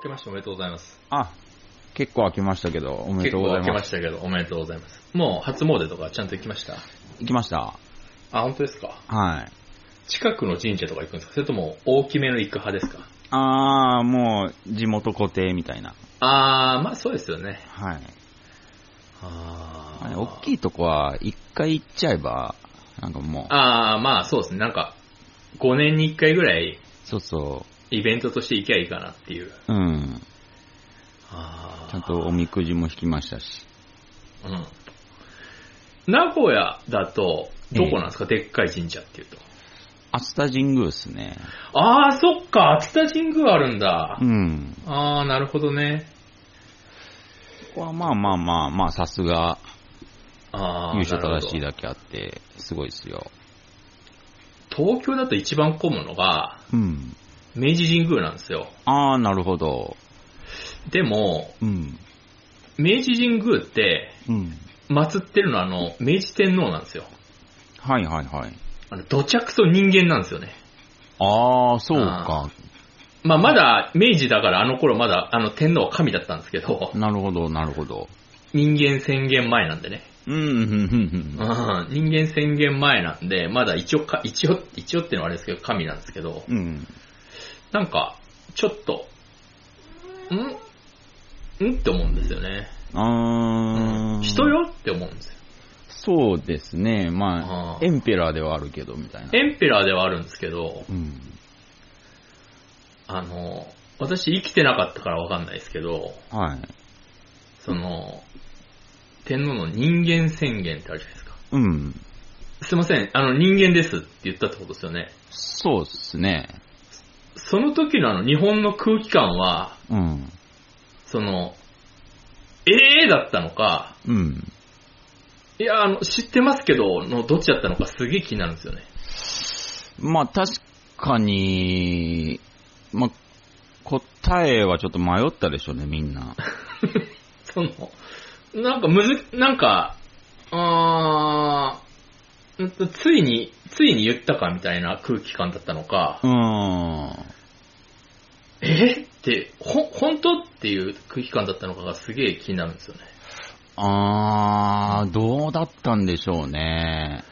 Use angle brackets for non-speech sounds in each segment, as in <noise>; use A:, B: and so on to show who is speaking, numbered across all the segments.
A: けましておめでとうございます。
B: あ、結構開けましたけど、おめ
A: 結
B: でとう
A: 構
B: ござ
A: 開
B: い
A: け
B: ま。
A: ますしたけど、おめでとうございます。もう初詣とかちゃんと行きました
B: 行きました。
A: あ、本当ですか
B: はい。
A: 近くの神社とか行くんですかそれとも大きめの行く派ですか
B: あー、もう、地元固定みたいな。
A: あー、まあそうですよね。
B: はい。
A: あ
B: あ
A: ー
B: れ大きいとこは、一回行っちゃえば、なんかもう、
A: あー、まあそうですね。なんか、5年に1回ぐらい
B: そうそ
A: イベントとして行きゃいいかなっていう。
B: う、うん。
A: あー
B: ちゃんとおみくじも引きましたし。
A: うん。名古屋だと、どこなんですか、でっかい神社っていうと。
B: 熱田神宮っすね。
A: あー、そっか、熱田神宮あるんだ。
B: うん。
A: あー、なるほどね。
B: ここはまあまあまあ、まあさすが、
A: あー
B: 優勝正しい
A: なる
B: だけあって、すごいですよ。
A: ほど東京だと一番混むのが、
B: うん。
A: 明治神宮なんですよ。
B: あー、なるほど。
A: でも、
B: うん。
A: 明治神宮って、
B: うん。
A: 祀ってるのはあの、明治天皇なんですよ。
B: はいはいはい。
A: あの、土着と人間なんですよね。
B: あー、そうか。
A: まあ、まだ、明治だからあの頃まだ、あの、天皇は神だったんですけど、
B: なるほど、なるほど。
A: 人間宣言前なんでね。
B: うん、うん、うん、
A: う
B: うん
A: ん、人間宣言前なんで、まだ一応か、一応、一応っていうのはあれですけど、神なんですけど、。
B: うん。
A: なんか、ちょっと、んんって思うんですよね。
B: あー、
A: 人よって思うんですよ。
B: そうですね。まあ
A: あ、ー
B: エンペラーではあるけど、みたいな。
A: エンペラーではあるんですけど、
B: うん。
A: あの、私生きてなかったからわかんないですけど、
B: はい。
A: その、天皇の人間宣言ってあるじゃないですか。
B: うん。
A: すいません、あの人間ですって言ったってことですよね。
B: そうっすね。
A: その時のあの日本の空気感は、
B: うん。
A: その、ええー、だったのか、
B: うん。
A: いや、あの、知ってますけど、のどっちだったのかすげえ気になるんですよね。
B: まあ確かに、まあ答えはちょっと迷ったでしょうね、み
A: <laughs>
B: んな。
A: その、なんかむず、なんか、あーんと、ついに、ついに言ったかみたいな空気感だったのか
B: う、ーん。
A: えーって、ほ、本当っていう空気感だったのかがすげえ気になるんですよね。
B: あー、どうだったんでしょうね。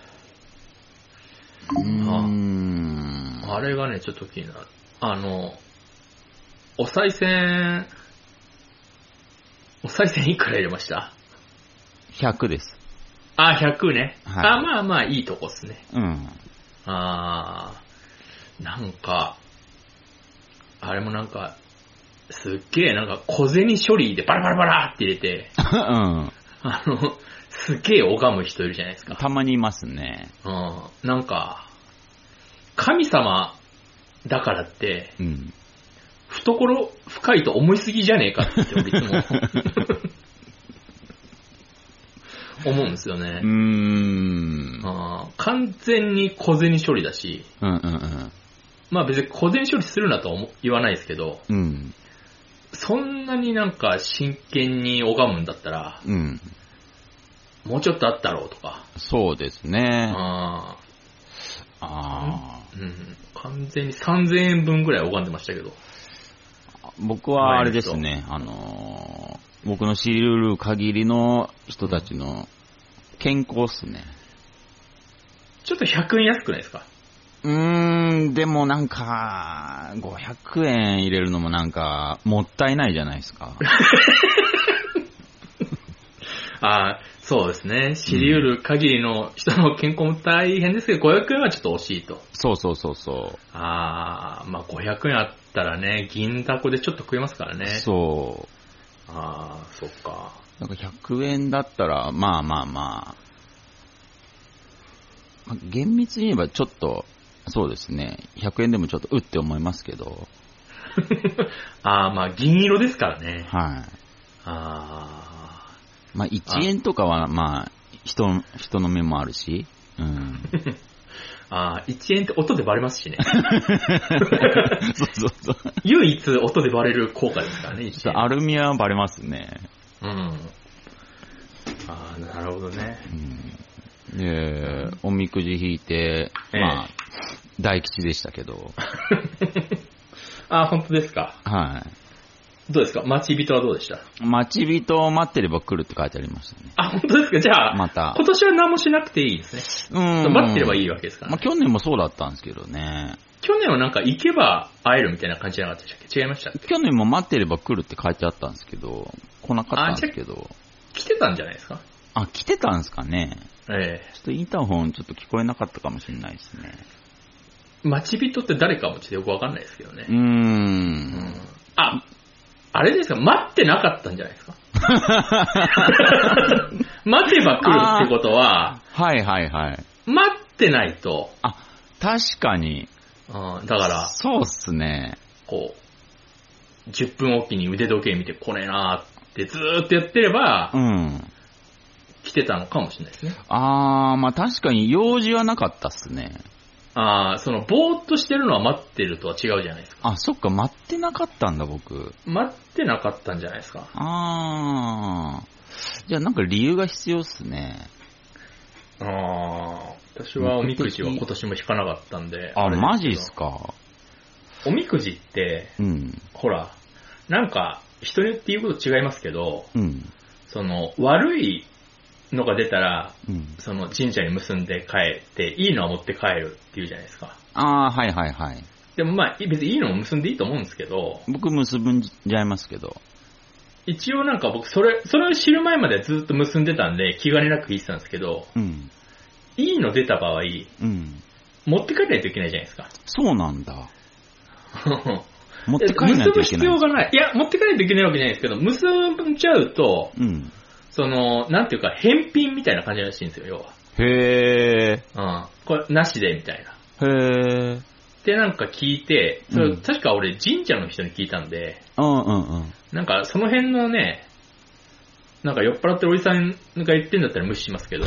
B: うーん。
A: あれがね、ちょっと気になる。あの、お賽銭、お賽銭いくら入れました
B: 100です。
A: あ、100ね。
B: はい
A: あ、まあまあ、いいとこっすね。
B: うん。
A: あー、なんか、あれもなんか、すっげえなんか小銭処理でバラバラバラって入れて、
B: うん。
A: あの、すっげえ拝む人いるじゃないですか。
B: たまにいますね。
A: うん。なんか、神様だからって、
B: うん。
A: 懐深いと思いすぎじゃねえかって俺いつも <laughs> 思うんですよ
B: う
A: ね
B: ー。ん。うん
A: あー完全に小銭処理だし、
B: うんうん。
A: まあ別に小銭処理するなとは思言わないですけど、
B: うん。
A: そんなになんか真剣に拝むんだったら、
B: うん。
A: もうちょっとあったろうとか、
B: そうですね。
A: あ
B: あ
A: ーうん、完全に3000円分ぐらい拝んでましたけど、
B: ー僕はあれですね、あのー僕の知る限りの人たちの健康っすね。
A: ちょっと100円安くないですか
B: うーん、でもなんか、500円入れるのもなんか、もったいないじゃないです <laughs> か。
A: ああ、そうですね。知り得る限りの人の健康も大変ですけど、500円はちょっと惜しいと。
B: そうそうそうそ
A: ああ、まあ500円あったらね、銀だこでちょっと食えますからね
B: う。。そ
A: ああ、そっか。
B: う。なんか100円だったら、まあまあまあ。まあ厳密に言えばちょっと、そうですね。100円でもちょっと、うって思いますけど。
A: ああ、まあ銀色ですからね。
B: は
A: ああ、
B: い。まあ1円とかは、まあ、人、人の目もあるし。
A: <laughs>
B: うん。
A: ああ、1円って音でバレますしね。
B: そうそうそう。
A: 唯一音でバレる効果ですからね、
B: ち
A: 1
B: ょっ
A: 円。
B: とアルミはバレますね。
A: うん。ああ、なるほどね。
B: うんで、おみくじ引いて、
A: ええ
B: まあ、大吉でしたけど、
A: ああ、本当ですか。
B: は
A: どうですか待ち人はどうでした
B: 待ち人を待ってれば来るって書いてありましたね。
A: あ、本当ですかじゃあ、
B: また
A: 今年は何もしなくていいですね。
B: うん。
A: 待ってればい
B: い。
A: いわけですから、
B: まあ、
A: ね
B: 去年もそうだったんですけどね。
A: 去年はなんか行けば会えるみたいな感じじゃなかったでしたっけ違いました
B: 去年も待ってれば来るって書いてあったんですけど、来なかったんですけど。
A: 来てたんじゃないですか
B: あ、来てたんですかね。
A: え
B: ちょっとインターホンちょっと聞こえなかったかもしれないですね。
A: え待ち人って誰かもちょっとよくわかんないですけどね
B: うー。ん。
A: あ、あれですか待ってなかったんじゃない
B: <laughs>
A: ですか待てば来るってことは、
B: はいはいはい。
A: 待ってないと、
B: あ、確かに。
A: うん、だから、
B: そうっすね。
A: こう、10分おきに腕時計見てこれなーってずーっとやってれば
B: う、ん。
A: 来てたのかもしれないですね。
B: あー、まあ確かに用事はなかったっすね。
A: ああ、その、ぼーっとしてるのは待ってるとは違うじゃないですか。
B: あ、そっか、待ってなかったんだ僕。
A: 待ってなかったんじゃないですか。
B: あー。じゃあなんか理由が必要っすね。
A: ああ、私はおみくじは今年も引かなかったんで。
B: あ、
A: れですけど
B: マジっすか。
A: おみくじって、
B: うん。
A: ほら、なんか、人によって言うこと違いますけど、
B: うん。
A: その、悪いのが出たら、
B: うん。
A: その神社に結んで帰って、いいのは持って帰るっていうじゃないですか。
B: あー、はいはいはい。
A: でもまあ、別にいいのも結んでいいと思うんですけど、
B: 僕結ぶんじゃいますけど。
A: 一応なんか僕、それ、それを知る前まではずっと結んでたんで、気兼ねなく聞いてたんですけど、
B: うん。
A: いいの出た場合、
B: うん。
A: 持って帰らないといけないじゃないですか。
B: <laughs> そうなんだ。持
A: 持
B: って帰らないといけ
A: 結ぶ必
B: ない
A: 要。がない。いや、持って帰らないといけないわけじゃないですけど、結んじゃうと、
B: うん。
A: その、なんていうか、返品みたいな感じらしいんですよ、要は。
B: へ
A: うん。これ、なしで、みたいな。
B: ー。へー。
A: で、なんか聞いて、それ
B: うん
A: 確か俺、神社の人に聞いたんで、
B: うんうんうん。 <laughs>
A: なんか、その辺のね、なんか酔っ払ってるおじさんが言ってんだったら無視しますけど、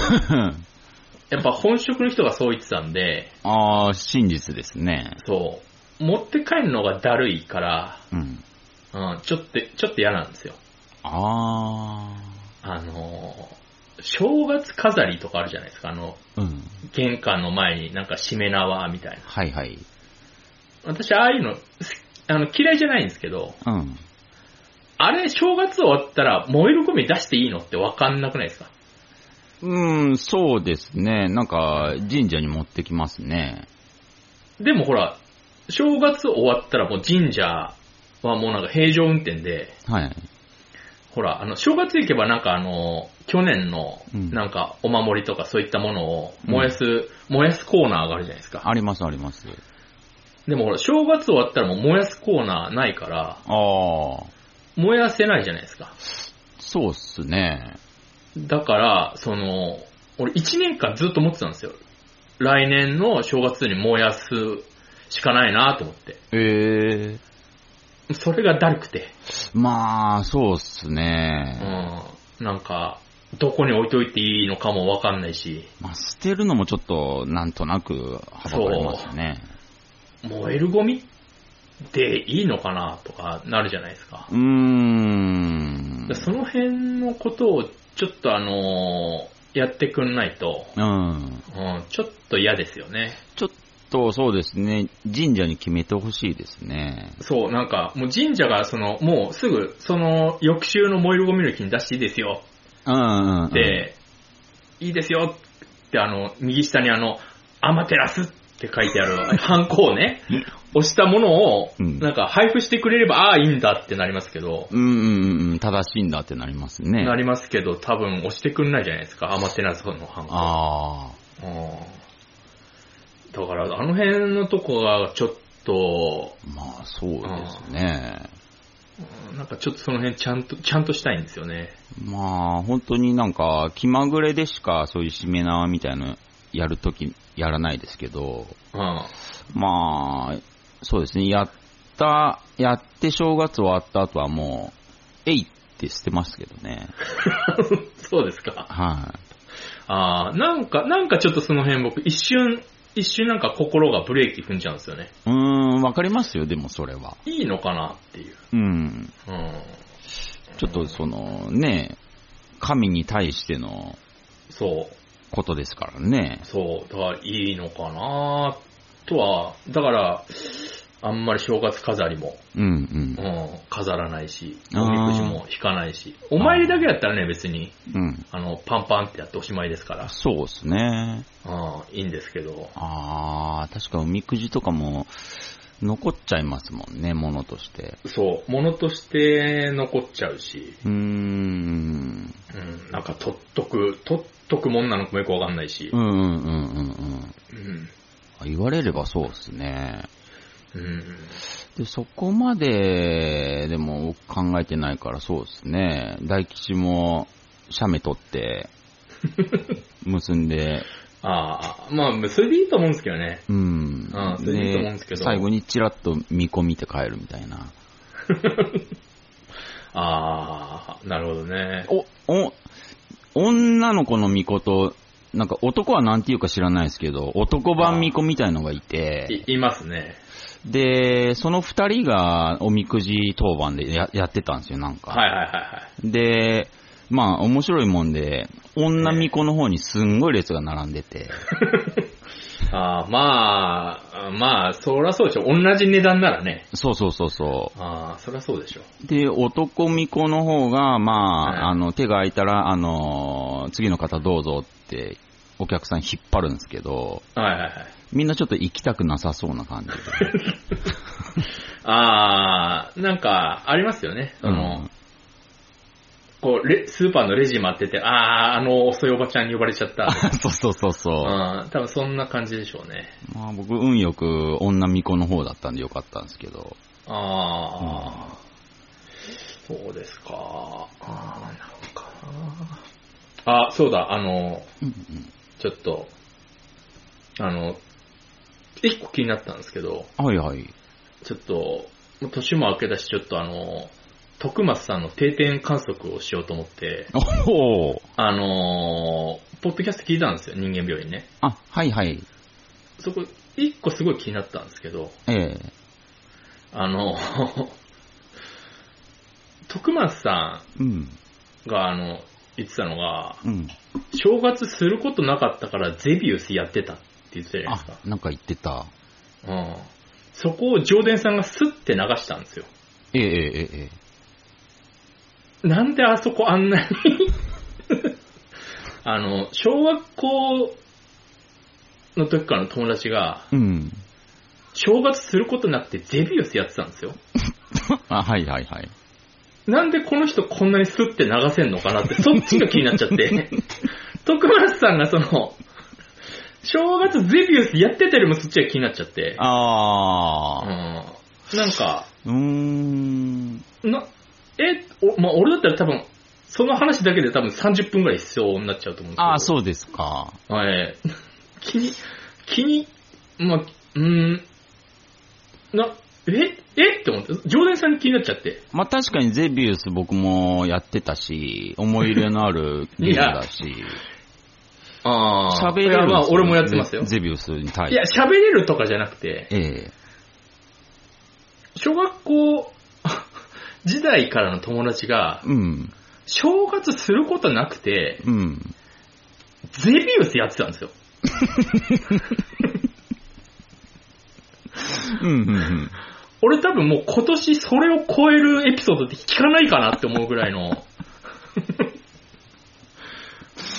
A: やっぱ本職の人がそう言ってたんで、
B: あー、真実ですね。
A: そう、持って帰るのがだるいから、
B: うん。
A: うん、ちょっと、ちょっと嫌なんですよ。
B: あ
A: あのー正月飾りとかあるじゃないですか、あの、
B: ー。うん。
A: 玄関の前になんかしめ縄みたいな。
B: はいはい。
A: 私、ああいうの、すあの、嫌いじゃないんですけど、
B: うん。
A: あれ、正月終わったら、燃えるゴミ出していいのってわかんなくないですか
B: うん、そうですね。なんか、神社に持ってきますね。
A: でもほら、正月終わったらもう神社はもうなんか平常運転で、
B: はい。
A: ほら、あの、正月行けばなんかあの、去年の
B: うん
A: なんかお守りとかそういったものを燃やす、燃やすコーナーがあるじゃないですか。
B: ありますあります。
A: でもほら、正月終わったらもう燃やすコーナーないから、
B: あー。
A: 燃やせないじゃないですか。
B: そうっすね。
A: だから、その、俺1年間ずっと思ってたんですよ。来年の正月に燃やすしかないなと思って。
B: ええ
A: それがだるくて。
B: まあ、そうっす
A: う
B: ね。
A: ん。なんか、どこに置いといていいのかもわかんないし、
B: まあ、捨てるのもちょっと、なんとなく、はばかれますね。
A: 燃えるゴミでいいのかなとかなるじゃないですか。
B: うーん。
A: その辺のことをちょっとあのーやってくんないと、
B: うん。
A: うん、ちょっと嫌ですよね。
B: ちょっと、そうですね。神社に決めてほしいですね。
A: そう、なんか、もう神社が、その、もうすぐ、その、翌週の燃えるゴミの日に出していいですよ
B: うんうん、うん。
A: っ、て、いいですよって、あの、右下にあの、アマテラスって書いてある、ハンコをね、押したものを、
B: うん
A: なんか配布してくれれば、ああ、いいんだってなりますけど、
B: うんうんうんうん、正しいんだってなりますね。
A: なりますけど、多分押してくんないじゃないですか、アマテラスのハンコ。
B: あ
A: うんだから、あの辺のとこが、ちょっと、
B: あ、まあそうですね。
A: うんなんかちょっとその辺ちゃんと、ちゃんとしたいんですよね。
B: まあ本当になんか気まぐれでしかそういうしめ縄みたいなのやるときやらないですけど、
A: うん。 <laughs>
B: まあそうですね、やった、やって正月終わった後はもう、えいって捨てますけどね。
A: そうですか。
B: は
A: ああ、なんか、なんかちょっとその辺僕一瞬、一瞬なんか心がブレーキ踏んじゃうんですよね。
B: い。うーん、わかりますよ、でもそれは。
A: いいのかなっていう。
B: うん。
A: うん。
B: ちょっとそのね、神に対しての
A: そう、
B: ことですからね。
A: そう、だからいいのかなとは、だから、あんまり正月飾りも、
B: うんうん
A: う。ん、飾らないし、
B: あー
A: おみくじも引かないし、お参りだけやったらね、別に、
B: うん。
A: あの、パンパンってやっておしまいですから、
B: そうですね。
A: うん、いいんですけど、
B: あー、確かおみくじとかも残っちゃいますもんね、ものとして。
A: そう、ものとして残っちゃうし、
B: うーん。
A: うん、なんか取っとく、取っとくもんなのかもよくわかんないし
B: うんう、んうんうんうん。
A: うん、
B: あ言われればそうですね。
A: うん、
B: で、そこまで、でも僕考えてないからそうですね。大吉も、写メ
A: <laughs>
B: 取って、結んで、
A: ああ、まあ、それでいいと思うんですけどね。
B: うん。
A: あそれでいいと思うんですけど
B: 最後にチラッと見込みて帰るみたいな。
A: ああ、なるほどね。
B: お、お、女の子の巫女と、なんか男はなんていうか知らないですけど、男版巫女みたいのがいて、
A: いいますね。
B: で、その二人がおみくじ当番でややってたんですよ、なんか。
A: はいはいはいはい。
B: で、まあ面白いもんで、女巫女の方にすんごい列が並んでて、
A: ああ、まあ、まあ、そらそうでしょ。同じ値段ならね。
B: <laughs> そうそうそうそ
A: ああ、そらそうでしょ。
B: う。で、男巫女の方が、まあ、
A: はい
B: あの、手が空いたら、あの、次の方どうぞって、お客さん引っ張るんですけど、
A: はいはいはい。
B: みんなちょっと行きたくなさそうな感じで。
A: ああ、なんか、ありますよね。あの、
B: うん <laughs>
A: こうレ、スーパーのレジ待ってて、ああ、あの遅いおばちゃんに呼ばれちゃ
B: <laughs>
A: った。
B: そうそうそうそう。
A: うん、多分そんな感じでしょうね。
B: まあ僕、運よく女巫女の方だったんでよかったんですけど。
A: ああ、そうですか。ああ、なんかな。あ、そうだ、あの、
B: うんうん
A: ちょっと、あの、一個気になったんですけど、
B: はいはい。
A: ちょっと、もう年も明けたし、ちょっとあの、徳松さんの定点観測をしようと思って、
B: おお
A: あのーポッドキャスト聞いたんですよ、人間病院ね。
B: あ、はいはい。
A: そこ、一個すごい気になったんですけど、
B: ええ
A: あの、 <laughs> 徳松さ
B: うん。
A: んが、あの、言ってたのが、
B: うん。
A: 正月することなかったからゼビウスやってたって言ってたじゃない
B: あ
A: ですか。、
B: なんか言ってた。
A: うん。そこを上田さんがスッて流したんですよ。
B: ええええええ。
A: なんであそこあんなに <laughs> あの、小学校の時からの友達が、
B: うん。
A: 正月することなくてゼビウスやってたんですよ。
B: <laughs> あ、はいはいはい。
A: なんでこの人こんなにスッて流せんのかなって、そっちが気になっちゃって。徳松さんがその、正月ゼビウスやってたよりもそっちが気になっちゃって。うん。
B: ああ。
A: なんか、
B: うーん。
A: な、え、おまあ、俺だったら多分、その話だけで多分30分ぐらい必要になっちゃうと思うんですけど。
B: ああ、そうですか。
A: はい。気に、気に、まあ、うーん、な、ええって思って、常連さんに気になっちゃって。
B: まあ確かにゼビウス僕もやってたし、思い入れの
A: <laughs>
B: あるゲームだし、
A: あ
B: 喋れ
A: い
B: る
A: や
B: んですよ
A: まあ、俺もやってますよ。
B: ゼゼビウスに
A: い
B: 対し
A: や
B: て。、
A: 喋れるとかじゃなくて、
B: ええ
A: 小学校 <laughs> 時代からの友達が、
B: うん。
A: 正月することなくて、
B: うん。
A: ゼビウスやってたんですよ。
B: うんうんうん。
A: 俺多分もう今年それを超えるエピソードって聞かないかなって思うぐらい
B: <laughs>
A: の、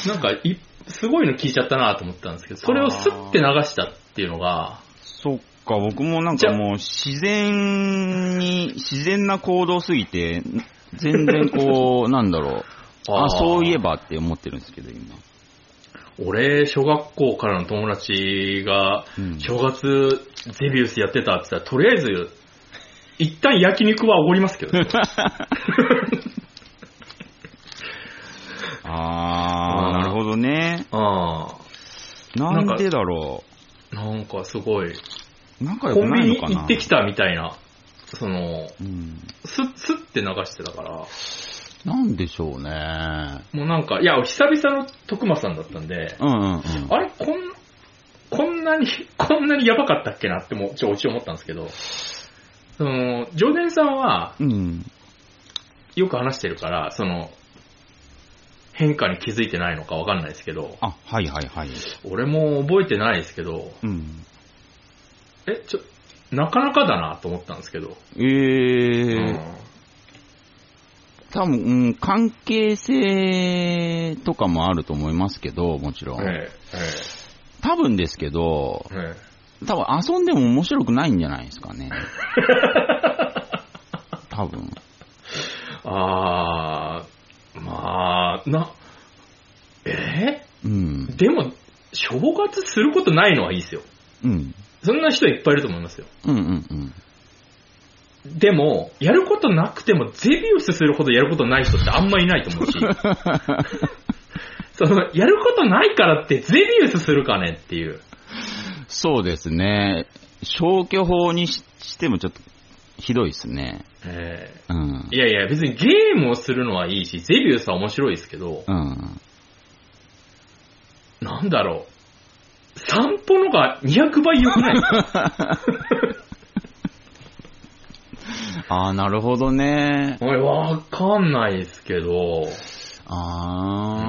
A: なんかい、すごいの聞いちゃったなと思ったんですけど、それをスッて流したっていうのが、
B: そっか、僕もなん
A: じゃ
B: かもう自然に、自然な行動すぎて、全然
A: <laughs>
B: こう、なんだろう。
A: あ
B: あ
A: ー
B: そういえばって思ってるんですけど、今。
A: 俺、小学校からの友達が
B: うん、
A: 正月ゼビウスやってたって言ったら、とりあえず、一旦焼肉はおごりますけど
B: <laughs>
A: ね、
B: あー、
A: あー
B: なるほどね。
A: あ
B: な
A: なん
B: ん
A: か
B: でだろ
A: あ、なんかすごい、
B: う。仲良
A: コ
B: く
A: ン
B: な
A: ビ
B: い
A: ニ
B: のかな
A: 行ってきたみたいな、その、
B: うん。
A: スッ、スッて流してたから、
B: なんでしょうね。
A: もうなんか、いや、久々の徳間さんだったんで、
B: うんうんうん。
A: あれ、こん、こんなに、 <laughs> こんなにやばかったっけなってもう、ちょ、ち思ったんですけど、その、常連さんは、
B: うん。
A: よく話してるから、その、変化に気づいてないのかわかんないですけど、
B: あ、はいはいはい。
A: 俺も覚えてないですけど、
B: うん。
A: え、ちょ、なかなかだなと思ったんですけど。
B: ええ多分、うん、関係性とかもあると思いますけど、もちろ。
A: うんんええ
B: 多分ですけど、
A: えええ
B: 多分遊んでも面白くないんじゃないです <laughs> かね。多分。
A: えあー、まあ、な、え
B: うん
A: え。でも、正月することないのはいいですよ。
B: うん。
A: そんな人いっぱいいると思いますよ。
B: うんうんうん。
A: でも、やることなくてもゼビウスするほどやることない人ってあんまいないと思うし。その、やることないからってゼビウスするかねっていう。
B: そうですね。消去法にししてもちょっとひどいですね。
A: ええ
B: うん
A: い。やいや、別にゲームをするのはいいし、ゼビウスは面白いですけど、
B: うん。
A: なんだろう。散歩のが200倍良くない <laughs> ですか
B: ああ、なるほどね。
A: おい、わかんないですけど、
B: あ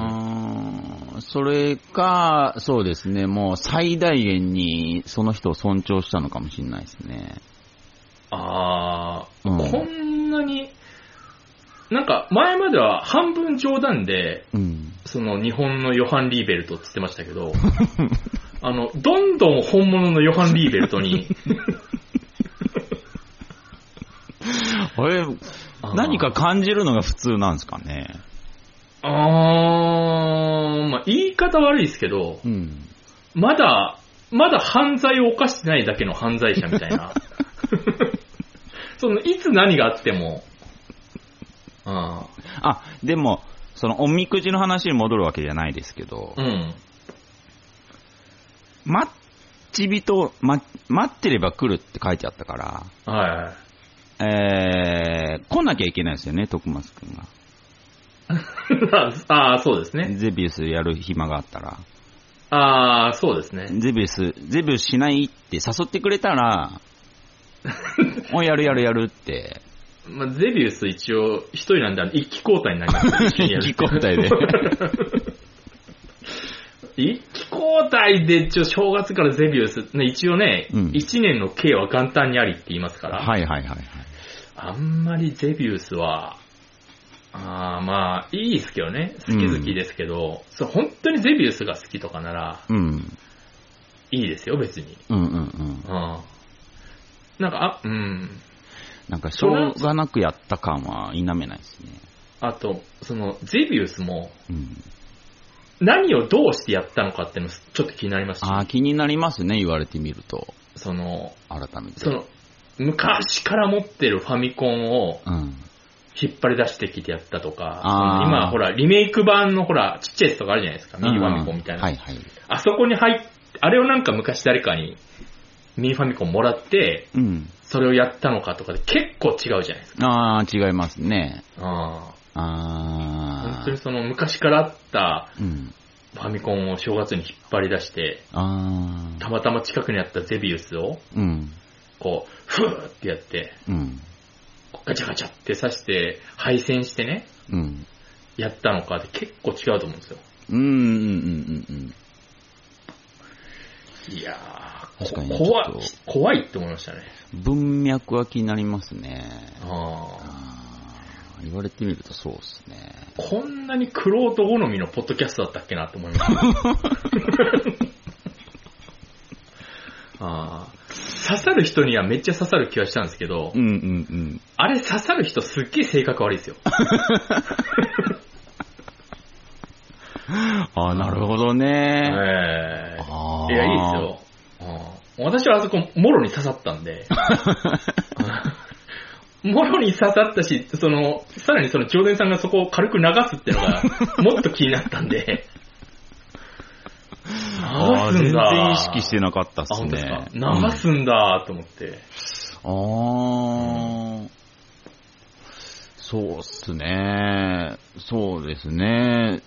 B: あ、それか、そうですね、もう最大限にその人を尊重したのかもしれないですね。
A: あー、
B: うん
A: こんなに、なんか前までは半分冗談で、
B: うん。
A: その日本のヨハン・リーベルトって言ってましたけ
B: <laughs>
A: ど、あの、どんどん本物のヨハン・リーベルトに、
B: あれ、
A: あー
B: <laughs> 何か感じるのが普通なんですかね。
A: あー、まあ言い方悪いですけど、
B: うん。
A: まだ、まだ犯罪を犯してないだけの犯罪者みたい
B: <laughs>
A: な。その、いつ何があっても、あ
B: あ、でも、そのおみくじの話に戻るわけじゃないですけど
A: あ、う、ん。
B: 待ち人、ま、待ってれば来るって書いてあったか
A: はい <laughs> はい。
B: ら、えー、来なきゃいけないですよね、徳松くんが。
A: ああ、そうですね。
B: ゼビウスやる暇があったら。
A: ああ、そうですね。
B: ゼビウス、ゼビウスしないって誘ってくれた <laughs> ら、おやるやるやるって、
A: まあ、ゼビウス一応、一人なんで、あの一気交代になります、一緒にやる
B: 一気交代で。
A: <laughs> 一気交代で、一応正月からゼビウス、ね、一応ね、
B: うん
A: 一年の刑は元旦にありって言いますから、
B: はいはいはいはい。
A: あんまりゼビウスは、あーまあ、いいですけどね。好き好きですけど、そう本当にゼビウスが好きとかなら、
B: うん。
A: いいですよ、別に。
B: うんうんうん
A: うん。。なんか、あ、うん。
B: なんか、しょうがなくやった感は否めないですね。
A: あと、その、ゼビウスも、
B: うん。
A: 何をどうしてやったのかっていうの、ちょっと気になります
B: ああ、
A: し、
B: 気になりますね、言われてみると。
A: その、
B: 改めて。
A: その、昔から持ってるファミコンを
B: うん。
A: 引っ張り出してきてやったとか、そ
B: あー
A: の今、ほら、リメイク版のほら、ちっちゃいやつとかあるじゃないですか、ミニファミコンみたいな。
B: はいはい。
A: あそこに入っ、あれをなんか昔誰かにミニファミコンもらって、
B: うん。
A: それをやったのかとかで結構違うじゃないですか。
B: ああ、違いますね。
A: ああ。
B: あ
A: 本
B: あ
A: 当に。その昔からあった
B: うん。
A: ファミコンを正月に引っ張り出して、
B: あ
A: た
B: あ。
A: またま近くにあったゼビウスを、
B: うん。
A: こう、ふーってやって、
B: うん。
A: ガチャガチャって刺して、配線してね、
B: うん。
A: やったのかで結構違うと思うんですよ。
B: うんうんうんうん
A: いや
B: 確か
A: ー、
B: に
A: こ怖い
B: ちょっ、
A: 怖いって思いましたね。
B: うん。文脈は気になりますね。
A: あー
B: あー言われてみるとそうですね。
A: こんなにクロート好みのポッドキャストだったっけなと思いました。
B: <laughs>
A: あー刺さる人にはめっちゃ刺さる気はしたんですけど、
B: うんうん
A: あれ刺さる人すっげえ性格悪いですよ。
B: うん。ああ、なるほどね。
A: え
B: あ
A: ー
B: ー
A: いや、いいですよ。あー私はあそこ、もろに刺さったん
B: <laughs>
A: で。もろに刺さったし、その、さらにその、常連さんがそこを軽く流すっていうの
B: <laughs>
A: が、もっと気になったんで。
B: ああ、
A: 流すん
B: 全
A: だ。
B: 然意識してなかったっ
A: あ、
B: す
A: 本当ですか
B: ね。。
A: 流すんだと思って。
B: うんああ。そうっすね。そうですね。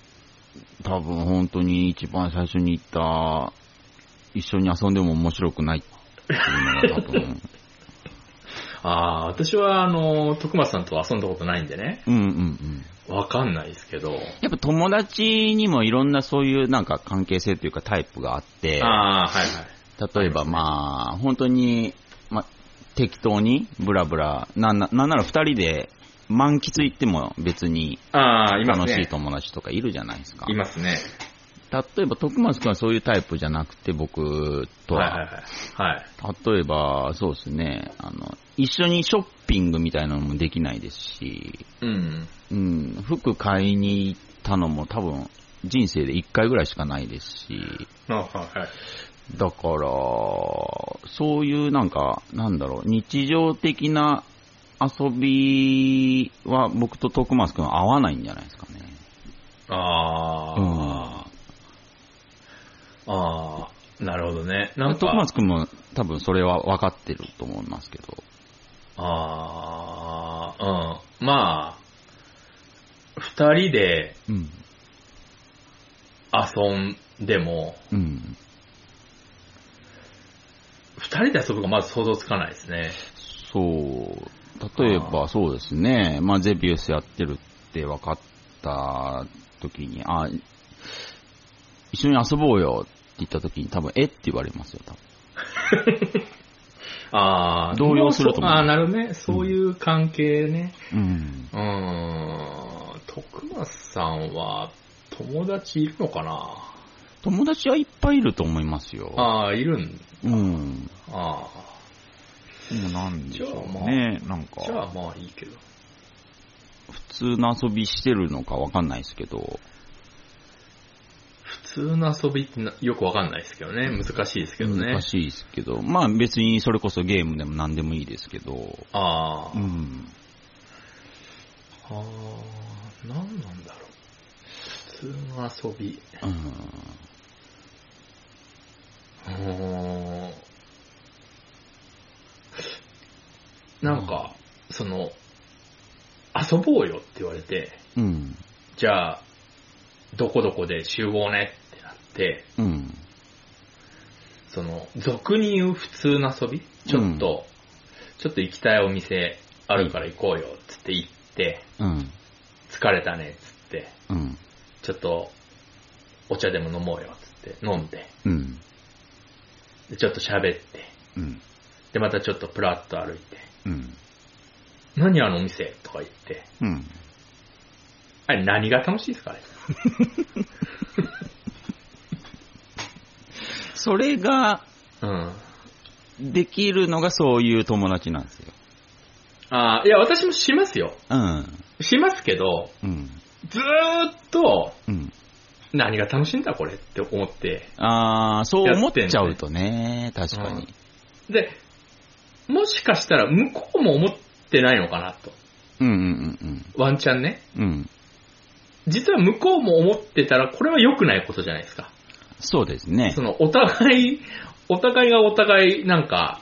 B: 多分本当に一番最初に言った、一緒に遊んでも面白くないっていうのが多分。
A: ああ、私は、あの、徳松さんとは遊んだことないんでね。
B: うんうんうん。
A: わかんないですけど。
B: やっぱ友達にもいろんなそういうなんか関係性というかタイプがあって、
A: ああ、はいはい。
B: 例えばまあ、本当に、まあ、適当に、ブラブラ、なんななんなら二人で満喫行っても別に
A: ああ、います
B: 楽
A: ね。
B: しい友達とかいるじゃないですか。
A: いますね。
B: 例えば、徳松くんはそういうタイプじゃなくて、僕と
A: は
B: は。
A: いはいはい。はい。
B: 例えば、そうですね、あの、一緒にショッピングみたいなのもできないですし、
A: うん。
B: うん、服買いに行ったのも多分、人生で一回ぐらいしかないですし、
A: あはいはい。
B: だから、そういうなんか、なんだろう、日常的な遊びは僕と徳松くんは合わないんじゃないですかね。
A: ああ、
B: うん
A: ああ、なるほどね。なんか
B: 徳、松くんも多分それは分かってると思いますけど。
A: ああ、うん。まあ、二人で
B: うん。
A: 遊んでも、
B: うん。
A: 二人で遊ぶがまず想像つかないですね。
B: そう。例え
A: あ
B: ばそうですね、まあゼビウスやってるって分かった時に、あ、一緒に遊ぼうよって言った時に多分、えって言われますよ、多分。
A: ああ、
B: 動揺すると思う
A: もそうああ、なるほどね。そういう関係ね。
B: うん。
A: うーん、徳松さんは友達いるのかな
B: 友達はいっぱいいると思いますよ。
A: ああ、いるん
B: うん。も
A: あ
B: うなんでしょう
A: じゃあ
B: ね。なん
A: あ、じゃ
B: か、
A: あまあいいけど。
B: 普通の遊びしてるのかわかんないですけど、
A: 普通の遊びってなよくわかんないですけどね。難しいですけどね
B: 難。しいですけど、まあ別にそれこそゲームでも何でもいいですけど、
A: ああ、
B: うん。
A: ああ、なんなんだろう。普通の遊び。う
B: うん。
A: ーん。なんか、その、遊ぼうよって言われて、
B: うん。
A: じゃあ、どこどこで集合ねってなって、
B: うん。
A: その、俗に言う普通の遊びちょっと、ちょっと行きたいお店あるから行こうよ、つって行って、
B: うん。
A: 疲れたね、つって、
B: うん。
A: ちょっと、お茶でも飲もうよ、つって、飲んで、
B: うん。
A: でちょっと喋って、
B: うん。
A: で、またちょっとプラッと歩いて、
B: うん。
A: 何あのお店とか言って、
B: うん。
A: あれ何が楽しいですかね
B: それが
A: うん。
B: できるのがそういう友達なんですよ。
A: ああ、いや、私もしますよ。
B: うん。
A: しますけど、
B: うん。
A: ずーっと、
B: うん。
A: 何が楽しいんだこれって思って。
B: ああ、そう思っちゃうとね、確かに。
A: で、もしかしたら向こうも思ってないのかなと。
B: うんうんうん
A: ワンチャンね。
B: うん。うん。
A: 実は向こうも思ってたら、これは良くないことじゃないですか。
B: そうですね
A: そ。の、お互い、お互いがお互い、なんか、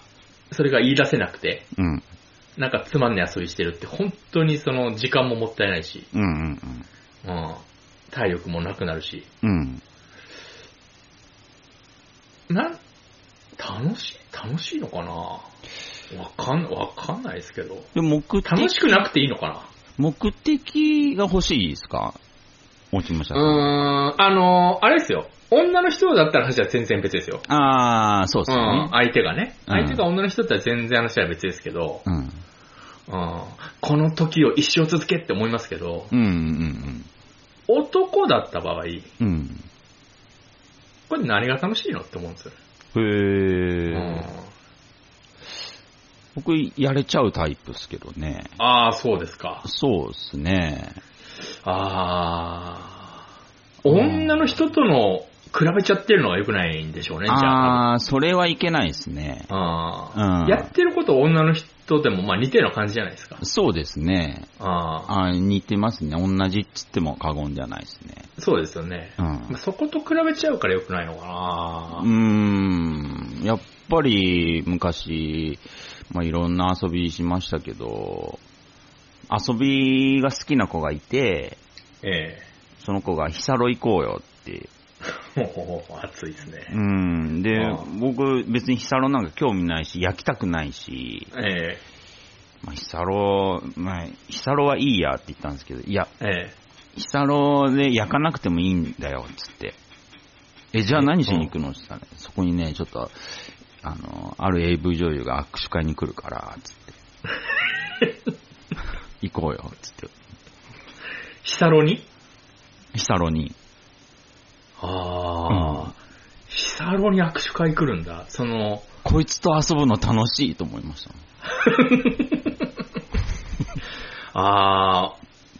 A: それが言い出せなくて、
B: うん。
A: なんかつまんない遊びしてるって、本当にその、時間ももったいないし、
B: うんうん
A: うん、体力もなくなるし、
B: うん。うん。
A: なん、楽しい、楽しいのかなわかん、わかんないですけど。
B: で、目
A: 楽
B: 的、
A: しくなくていいのか
B: 目的が欲しいですか落ちました
A: な。うーん、あのーあれですよ。女の人だったら話は全然別ですよ。
B: ああ、そうですよ
A: うん
B: ね、。
A: 相手がね。
B: うん
A: 相手が女の人だったら全然話は別ですけど、
B: うん。
A: うん、この時を一生続けって思いますけど、
B: うんうん
A: 男だった場合、
B: うんうん。
A: これ何が楽しいのって思うんですよ。
B: うん。
A: うん
B: へえ。僕、やれちゃうタイプですけどね。
A: ああ、そうですか。
B: そうですね。
A: ああ、
B: うん
A: 女の人との比べちゃってるのが良くないんでしょうね、じゃあ。
B: ああ、それはいけないですね。
A: あ
B: うん
A: ーやってること女の人でもまあ似てるような感じじゃないですか。
B: そうですね。
A: ああ
B: あー似てますね。同じっつっても過言じゃないですね。
A: そうですよね。まあそこと比べちゃうから良くないのかな。
B: うん。うーん。やっぱり、昔、まあ、いろんな遊びしましたけど、遊びが好きな子がいて、
A: え
B: その子がヒサロ行こうよって。
A: え。ほうほうほう暑いですね。
B: うん。で
A: あー、
B: 僕、別にヒサロなんか興味ないし、焼きたくないし、
A: え
B: まあ、ヒサロ、まあ、ヒサロはいいやって言ったんですけど、いや、
A: え。え
B: ヒサロで焼かなくてもいいんだよ、つって。え、じゃあ何しに行くのって言ったら、そこにね、ちょっと、あの、ある AV 女優が握手会に来るから、つ
A: <laughs>
B: って。行こうよ、つって。
A: ヒサロに
B: ヒサロに。
A: ああ、ヒサロに握手会来るんだ。その、
B: こいつと遊ぶの楽しいと思いま
A: <laughs>
B: した。
A: ああ、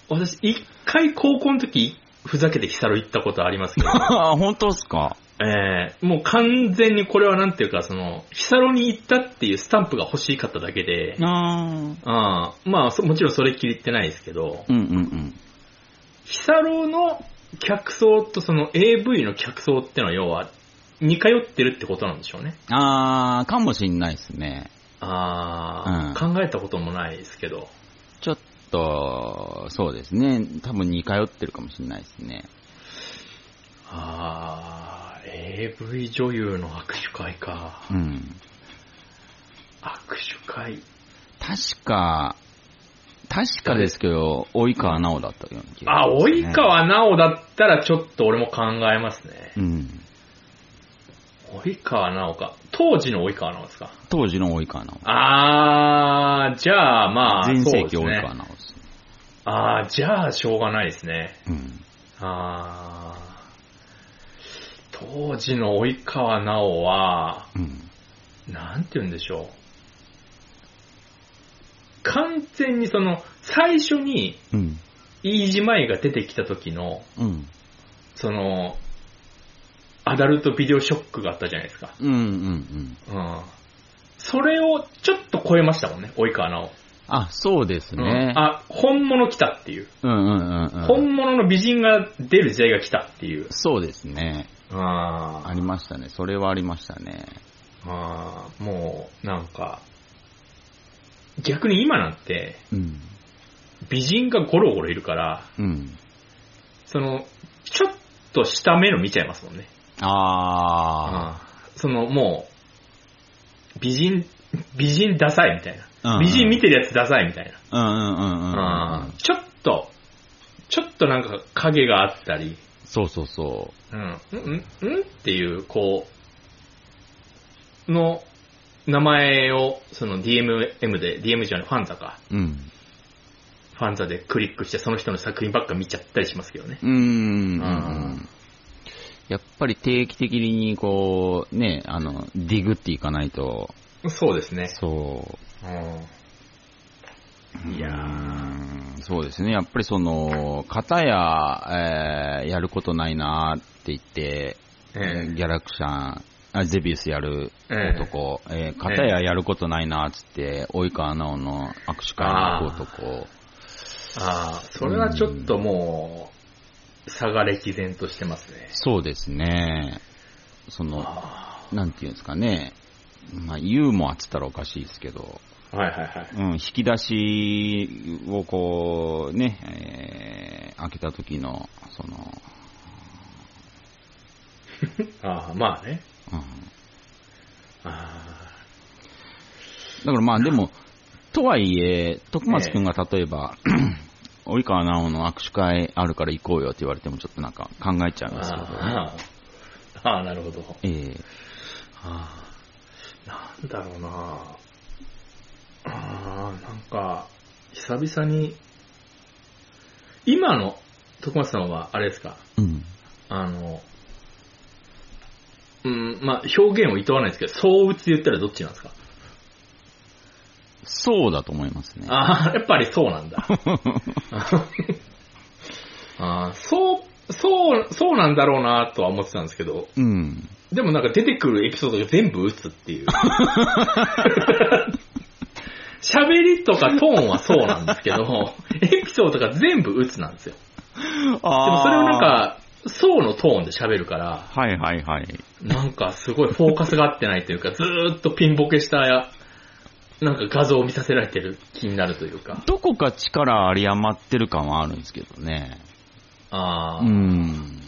A: 私、一回高校の時、ふざけてヒサロ行ったことありますけ
B: <laughs>
A: ど、
B: あ本当っすか
A: えーもう完全にこれはなんていうか、その、ヒサロに行ったっていうスタンプが欲しかっただけで、
B: あー
A: ああまあそもちろんそれきりってないですけど、
B: うんうん
A: ヒサロの客層とその AV の客層ってのは要は、似通ってるってことなんでしょうね。
B: うん。あー、かもしんないですね。
A: ああ、
B: う
A: 考えたこともないですけど。
B: ちょっと、そうですね。多分似通ってるかもしんないですね。
A: ああ、AV 女優の握手会か。
B: うん。
A: 握手会。
B: 確か、確かですけど、及川直だったような気が
A: あ、
B: しますね
A: 及。川奈緒だったらちょっと俺も考えますね。
B: うん。
A: 及川奈緒か。当時の及川奈緒ですか。
B: 当時の及川直。
A: ああ、じゃあまあ、
B: 全
A: そう
B: 盛
A: で
B: 期
A: す
B: 及
A: ね
B: 川直ですね。
A: ああ、じゃあ、しょうがないですね。
B: うん。
A: ああ。当時の及川奈緒は、
B: うん。
A: なんて言うんでしょう。完全にその、最初に、
B: うん。
A: 飯島イが出てきた時の、
B: うん。
A: その、アダルトビデオショックがあったじゃないですか。
B: うん。うん。
A: うん。それをちょっと超えましたもんね、及川奈
B: あ、そうです
A: 緒。
B: ね
A: うん。あ、本物来たっていう。
B: うんうんうんうん。
A: 本物の美人が出る時代が来たっていう。
B: そうですね。
A: あ
B: ありましたね。それはありましたね。
A: あーもう、なんか、逆に今なんて、
B: うん。
A: 美人がゴロゴロいるから、
B: うん。
A: その、ちょっと下目の見ちゃいますもんね。
B: あ
A: あーその、もう、美人、美人ダサいみたい
B: うんう
A: な。
B: ん
A: 美人見てるやつダサいみたい
B: ー。うんうんうんうんうん
A: な。
B: う
A: うんん。ちょっと、ちょっとなんか影があったり、
B: そうそうそ
A: うん、うん、うんうんっていう、こう、の名前を、その DMM で、DM じゃない、ファンザか。
B: う。うん。
A: ファンザでクリックして、その人の作品ばっか見ちゃったりしますけどね。
B: うんうんうんう
A: あ
B: ん。やっぱり定期的にこう、ね、あの、ディグっていかないと、
A: そうですね。
B: そう。
A: うん、いやー、
B: ーそうですね。やっぱりその、片や、えーやることないなーって言って、
A: え
B: ギャラクシャン、あゼビウスやる
A: ええ
B: 男、えー片ややることないなーっつって、及川直の握手会に行く男、
A: あーそれはちょっともう、差が歴然としてますね。
B: そうですね。その、
A: あ
B: なんていうんですかね。まあ、ユーモアっつったらおかしいですけど、
A: ーはいはいはい。
B: うん、引き出しをこう、ね、えー開けた時の、その、
A: ああ、まあね。
B: うん、
A: あ
B: だからまあでも、とはいえ、徳松くんが例えば、及川直の握手会あるから行こうよって言われてもちょっとなんか考えちゃい
A: ー
B: ますけどね。
A: あー、あーなるほど。
B: ええ
A: ああ、なんだろうなああ、なんか、久々に、今の徳松さんは、あれですか、
B: うん。
A: あの、うん、まあ、表現をいとわないですけど、相打つで言ったらどっちなんですか
B: そうだと思いますね。
A: ああ、やっぱりそうなんだ。ああ、そう、そう、そうなんだろうなとは思ってたんですけど、
B: うん。
A: でもなんか出てくるエピソードが全部打つっていう。喋りとかトーンはそうなんですけど、エピソードが全部打つなんですよ。
B: でも
A: でもそれをなん、か、層のトーンで喋るから、
B: はいはいはい。
A: なんかすごいフォーカスが合ってないというか、ずーっとピンボケした、なんか画像を見させられてる気になるというか。
B: どこか力あり余ってる感はあるんですけどね。
A: あ
B: う
A: あ、
B: ん。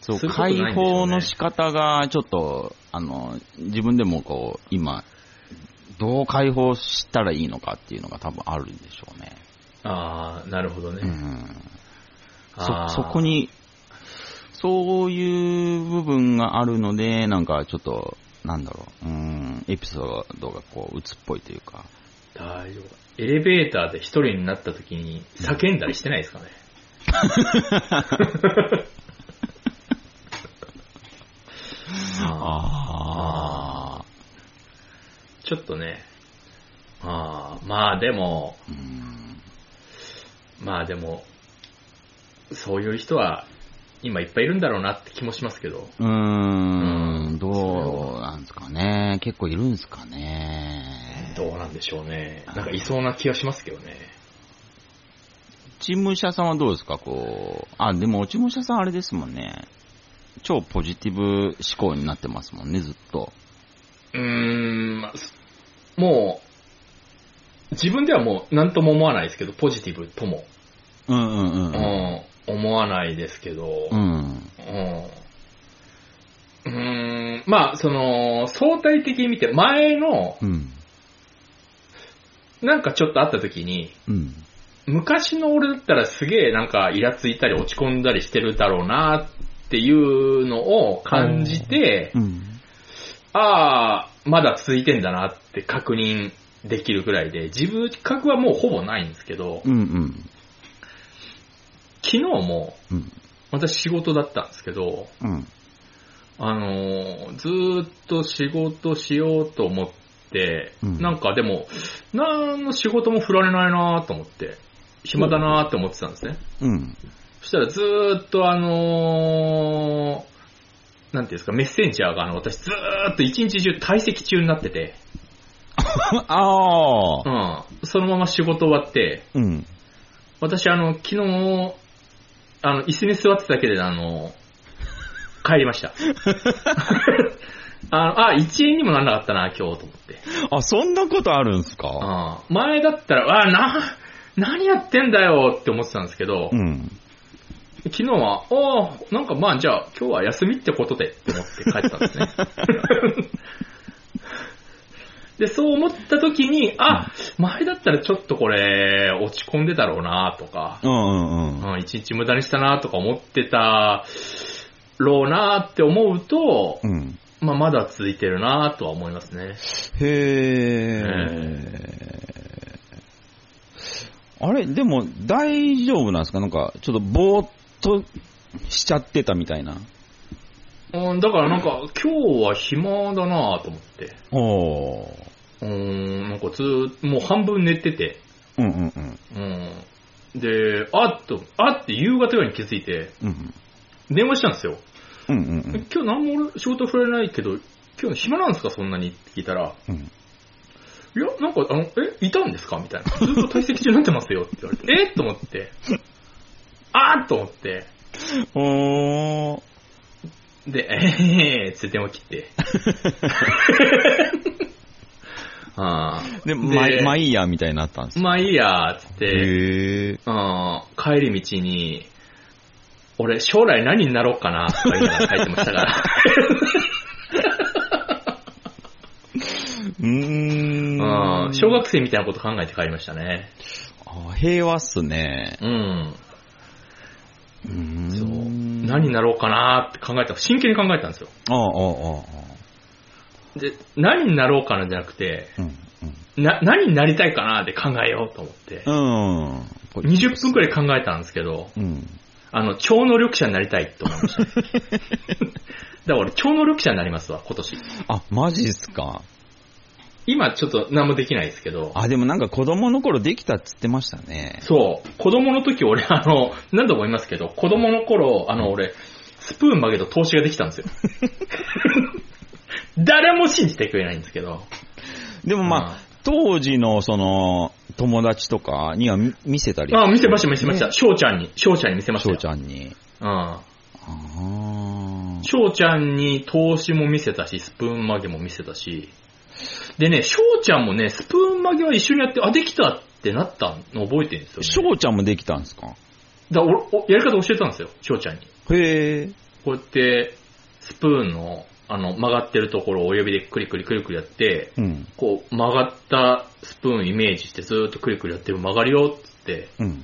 B: そう、
A: することないんでしょう
B: 解
A: ね
B: 放の仕方がちょっと、あの、自分でもこう、今、どう解放したらいいのかっていうのが多分あるんでしょうね。
A: ああ、なるほどね。
B: うん。
A: あー
B: そ、そこ。に、そういう部分があるので、なんかちょっと、なんだろう、うん、ん、エピソードがこう、鬱っぽいというか。
A: 大丈夫。エレベーターで一人になった時に叫んだりしてないですかね。あ
B: あ
A: ー
B: あ。
A: <laughs> ちょっとね、あーまあでも、
B: うん。
A: まあでも、そういう人は今いっぱいいるんだろうなって気もしますけど、
B: うー
A: うん
B: ん、どうなんですかね。結構いるんですかね。
A: どうなんでしょうね。なんかいそうな気がしますけどね。
B: チーム社さんはどうですかこう。あ、でも、チーム社さんあれですもんね。超ポジティブ思考になってますもんね、ずっと。
A: うーん、まあすもう、自分ではもう何とも思わないですけど、ポジティブとも、
B: うんうんう
A: うん
B: ん。
A: 思わないですけど、
B: うん。
A: うんうーん、まあ、その、相対的に見て、前の、
B: うん。
A: なんかちょっとあった時に、
B: うん。
A: 昔の俺だったらすげえなんかイラついたり落ち込んだりしてるだろうなっていうのを感じて
B: う、ん。
A: ああ、まだ続いてんだなって確認できるぐらいで、自分覚はもうほぼないんですけど
B: う、んうん。
A: 昨日も
B: うん。
A: 私仕事だったんですけど、
B: うん。
A: あのーずーっと仕事しようと思って、
B: うん
A: なんかでも、何の仕事も振られないなと思って、暇だなと思ってたんですね。
B: うん。
A: そしたらずーっとあのーなんていうんですか、メッセンジャーがあの私ずーっと一日中退席中になってて、
B: あ
A: う
B: あ。
A: ん、そのまま仕事終わって、
B: うん。
A: 私あの、昨日、あの、椅子に座ってただけであの、帰りま
B: <laughs>
A: した。あの、あ、1円にもならなかったな、今日と思って。
B: あ、そんなことあるんすか
A: うん、前だったら、あ、な、何やってんだよって思ってたんですけど、
B: うん。
A: 昨日は、ああ、なんかまあじゃあ今日は休みってことでって思って帰ったん
B: <laughs>
A: ですね。で、そう思った時に、あ、前だったらちょっとこれ落ち込んでたろうなとか、
B: うんうんうん。
A: うん、一日無駄にしたなとか思ってたろうなって思うと、
B: うん。
A: まあまだ続いてるなとは思いますね。
B: へえ。あれ、でも大丈夫なんですかなんか、ちょっとぼーっとしちゃってたみたいな。
A: うん、だからなんか今日は暇だなと思って、
B: お
A: う
B: ー。
A: ん、なんかずーっともう半分寝てて、
B: うんうんうん。
A: うん。で、あっと、あって夕方ぐらいに気づいて、
B: うん
A: 電話したんですよ。
B: うん。うんうんうん。
A: 今日何も俺仕事振られないけど、今日暇なんですかそんなにって聞いたら、
B: うん
A: いや、なんか、あの、え、いたんですかみたいな。ずっと退席中になってますよって言われて、 <laughs> えと思って、あーっと思って、
B: おー。
A: で、えーって電話切って。 <laughs> あー
B: で、まあ、まあいいや、みたいになったんですか
A: まあいいやーっつって、
B: へえ。
A: うん、帰り道に、俺将来何になろうかなとか言いながら帰ってましたから。
B: <laughs> うーん。
A: うん小学生みたいなこと考えて帰りましたね。
B: あ平和っすね。
A: うん。
B: うーん
A: そう。何になろうかなって考えた。真剣に考えたんですよ。
B: ああ、ああ、あ
A: で、何になろうかなじゃなくて、
B: あ。うん。
A: な、何になりたいかなって考えようと思って。
B: うん。うん。
A: 20分くらい考えたんですけど、
B: うん。
A: あの、超能力者になりたいと思いま
B: <laughs>
A: した。だから俺、超能力者になりますわ、今年。
B: あ、マジっすか。
A: 今ちょっと何もできないですけど、
B: あ、でもなんか子供の頃できたっつってましたね。
A: そう、子供の時俺、あの、何度も言いますけど、子供の頃、あの、俺、スプーン曲げと投資ができたんです
B: <laughs>
A: よ。誰も信じてくれないんですけど。
B: でもまあ、
A: あ
B: 当時のその、友達とかには見見せたり。
A: あ、見せました、見せました。翔、ちゃんに、翔ちゃんに見せました
B: 翔
A: よ。
B: ちゃんに。
A: うん。
B: ああ。
A: 翔ちゃんに投資も見せたし、スプーン曲げも見せたし。でね、翔ちゃんもね、スプーン曲げは一緒にやって、あ、できたってなったの覚えてるんですよ、ね。
B: 翔ちゃんもできたんですか
A: だからおおやり方教えたんですよ、翔ちゃんに。
B: へえ。
A: こうやって、スプーンの、あの、曲がってるところを親指でクリクリクリクリやって、
B: うん。
A: こう、曲がったスプーンイメージしてずーっとクリクリやって曲がるよって
B: うん。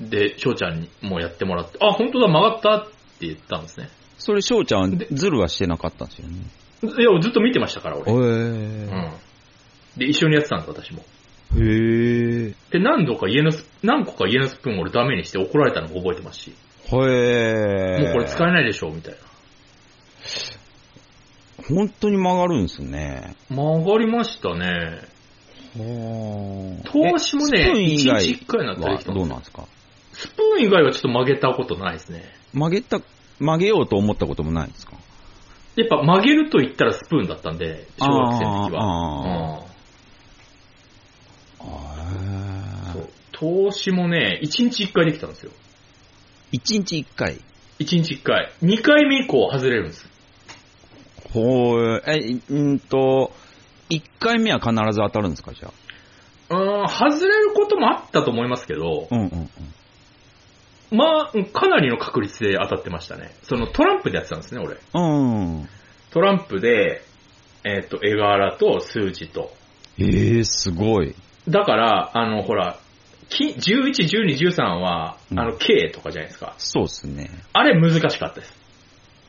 A: 言って、で、翔ちゃんにもやってもらって、あ、本当だ、曲がったって言ったんですね。
B: それ翔ちゃん
A: で、
B: ズルはしてなかったんですよね。
A: いや、ずっと見てましたから、俺。う
B: え
A: ん。で、一緒にやってたんです、私も。
B: ー。へえ。
A: で、何度か家のス、何個か家のスプーンを俺ダメにして怒られたのも覚えてますし、
B: へえ。
A: もうこれ使えないでしょ、みたいな。
B: 本当に曲がるんですね。
A: 曲がりましたね。
B: は
A: 投資もね
B: スプーン以外
A: 一日一回なったらできた
B: はどうなんですか
A: スプーン以外はちょっと曲げたことないですね。
B: 曲げた、曲げようと思ったこともないんですか
A: やっぱ曲げると言ったらスプーンだったんで、小学生の時
B: あ
A: は。うん、
B: あ
A: そう投資もね、一日一回できたんですよ。
B: 一日一回。
A: 一日一回。二回目以降外れるんです。
B: ほう、え、うんと、一回目は必ず当たるんですかじゃあ。
A: うん、外れることもあったと思いますけど、
B: うんうんうん。
A: まあ、うんかなりの確率で当たってましたね。そのトランプでやってたんですね、俺。
B: うん。
A: トランプで、えっ、と、絵柄と数字と。
B: ええすごい。
A: だから、あの、ほら、き11、12、13は、あ
B: う
A: の、
B: ん
A: K とかじゃないですか。
B: そうっすね。
A: あれ難しかったです。